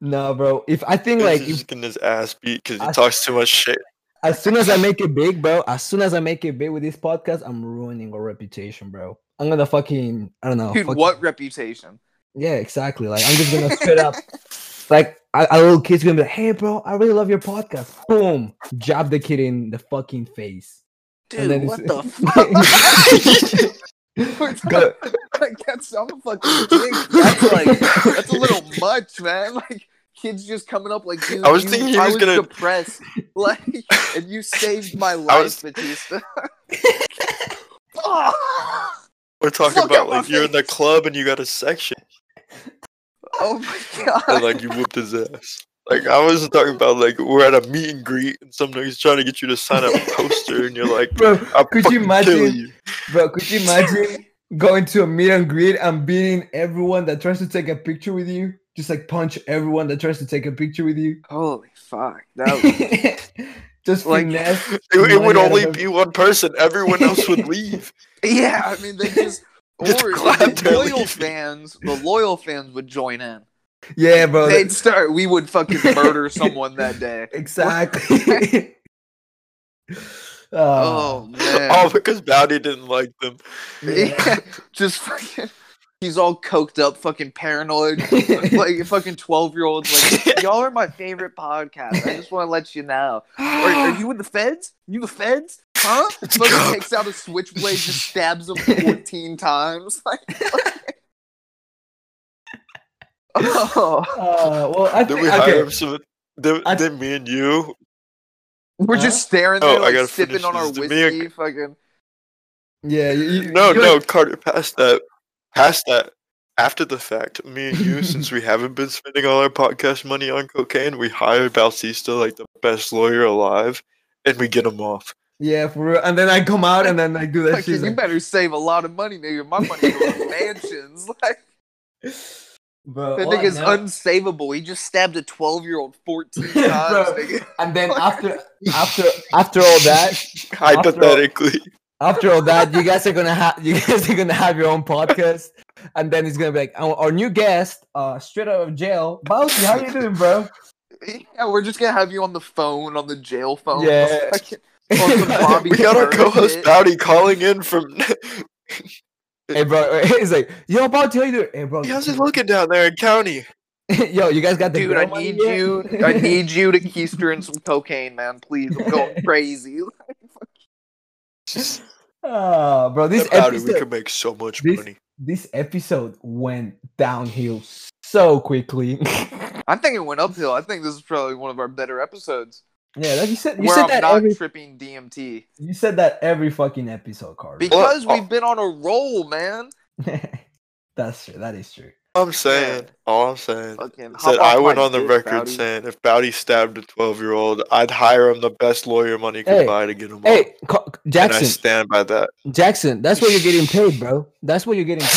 no, bro. If I think
He's
like
just
if
getting his ass beat because he
I-
talks too much shit.
As soon as I make it big, bro, as soon as I make it big with this podcast, I'm ruining our reputation, bro. I'm gonna fucking I don't know.
Dude,
fucking-
what reputation?
Yeah, exactly. Like I'm just gonna straight up like a, a little kid's gonna be like, hey bro, I really love your podcast. Boom. Jab the kid in the fucking face.
Dude,
then
what the
it's-
like that's I'm a fucking dick. That's like that's a little much, man. Like kids just coming up like dude,
I was
you-
thinking he
I
was gonna-
depressed. Like and you saved my life,
was-
Batista. oh,
We're talking
Fuck
about
out my
like you're in the
face.
club and you got a section
oh my god.
and like you whooped his ass. Like I was talking about like we're at a meet and greet and some nigga's trying to get you to sign a poster and you're like,
bro,
I'll
could you
fucking kill
imagine
you.
Bro, could you imagine going to a meet and greet and beating everyone that tries to take a picture with you? Just like punch everyone that tries to take a picture with you.
Holy fuck. That was
Just
Like,
finesse.
It, it would
money out of
only
every-
be one person. Everyone else would leave.
Yeah, I mean they just or
Just clap
the
their
loyal
leaving.
fans, the loyal fans would join in.
yeah, bro.
They'd start. We would fucking murder someone that day.
Exactly.
Oh
oh,
man!
All because Bounty didn't like them.
Yeah, just fucking. He's all coked up, fucking paranoid, like a fucking twelve year old. Like y'all are my favorite podcast. I just want to let you know. Are, are you with the feds? You the feds? Huh? Fucking takes out a switchblade, just stabs him fourteen times. Like. oh,
Uh, well, I
Then
think
we hire
okay.
him some. Then,
I-
then me and you.
we're
Huh?
just staring
Oh,
there,
I
like
gotta
sipping
finish
on our
this. Me and-
whiskey. Fucking
Yeah, you, you-
No,
you-
no, Carter. Past that. Past that. After the fact, me and you, since we haven't been spending all our podcast money on cocaine, we hire Bautista like the best lawyer alive, and we get him off.
Yeah, for real. And then I come out and then I do that
Fucking,
shit.
you
like-
better save a lot of money, nigga. My money goes to mansions. Like
Bro, oh,
that
all I
nigga's
know-
unsavable. He just stabbed a twelve-year-old fourteen times,
Bro.
nigga.
and then after after after all that,
Hypothetically,
After all that, you guys are gonna have you guys are gonna have your own podcast, and then it's gonna be like "Oh, our, our new guest, uh, straight out of jail, Bouncy. How you doing, bro?
Yeah, we're just gonna have you on the phone, on the jail phone.
Yeah.
Fucking- on some Bobby
we got our
Burr
co-host
shit.
Bounty calling in from.
hey, bro. He's like, yo, Bouncy, how you doing? Hey, bro.
How's it looking down there in county?
yo, you guys got the
Dude, I
girl money
need
yet?
you. I need you to keister in some cocaine, man. Please, I'm going crazy.
Ah, bro. This
Bounty, we
episode,
could make so much
this-
money.
this episode went downhill so quickly. yeah,
I think it went uphill. I think this is probably one of our better episodes.
like you said, you
where
said
I'm
that
not
every
tripping DMT
you said that every fucking episode, Carter.
because
Well,
Oh.
we've been on a roll, man.
That's true. That is true.
I'm saying, all I'm saying,
Fucking hop
said
off
I went
my
on the
dick,
record
Rowdy.
saying if Bowdy stabbed a 12 year old, I'd hire him the best lawyer money could
Hey,
buy to get him on.
Hey, Ca-
And I
Jackson.
stand by that.
Jackson, that's what you're getting paid, bro. That's what you're getting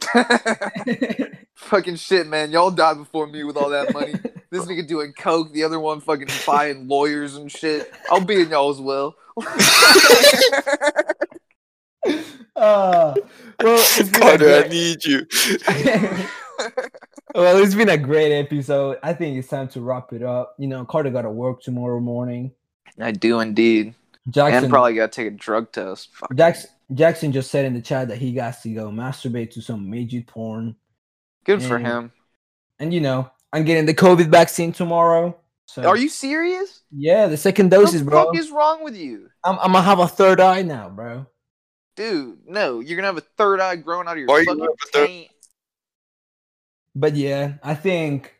paid.
fucking shit, man. Y'all died before me with all that money. this nigga doing coke, the other one fucking buying lawyers and shit. I'll be in y'all's will.
uh, well, it's been a
Carter, I
great,
need you.
well, it's been a great episode. I think it's time to wrap it up. You know, Carter got to work tomorrow morning.
I do indeed.
Jackson,
And probably gotta take a drug test. Fuck.
Jackson, Jackson just said in the chat that he got to go masturbate to some midget porn,
Good for
Mm.
him.
and you know, I'm getting the COVID vaccine tomorrow. So,
Are you serious?
Yeah, the second
What
doses,
the
bro.
fuck is wrong with you?
I'm, I'm gonna have a third eye now, bro.
Dude, no, you're gonna have a third eye growing out of your
Why you
fucking
have a third-
taint.
But yeah, I think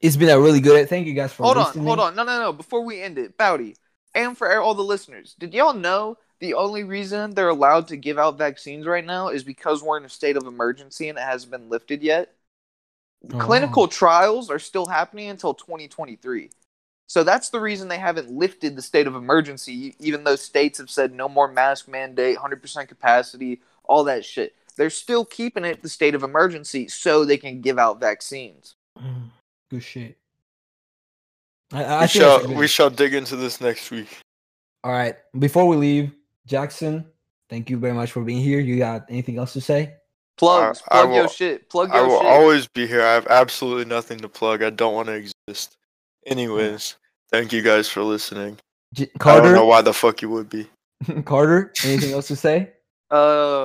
it's been a really good. Thank you guys for
Hold on,
listening.
hold on. No, no, no. Before we end it, Bowdy, and for all the listeners, did y'all know the only reason they're allowed to give out vaccines right now is because we're in a state of emergency and it hasn't been lifted yet?
Oh.
Clinical trials are still happening until 2023. So that's the reason they haven't lifted the state of emergency, e-, even though states have said no more mask mandate, 100% capacity, all that shit. They're still keeping it the state of emergency so they can give out vaccines.
Mm, Good shit. I, I
We
think that's
shall,
a good-
we shall dig into this next week.
All right. Before we leave, Jackson, thank you very much for being here. You got anything else to say?
Plugs,
I- I
plug your
will-
shit. Plug
I
your
will
shit.
always be here. I have absolutely nothing to plug. I don't want to exist. Anyways, thank you guys for listening.
J-
I don't know
Carter,
why the fuck you would be.
Carter, anything else to say?
Uh,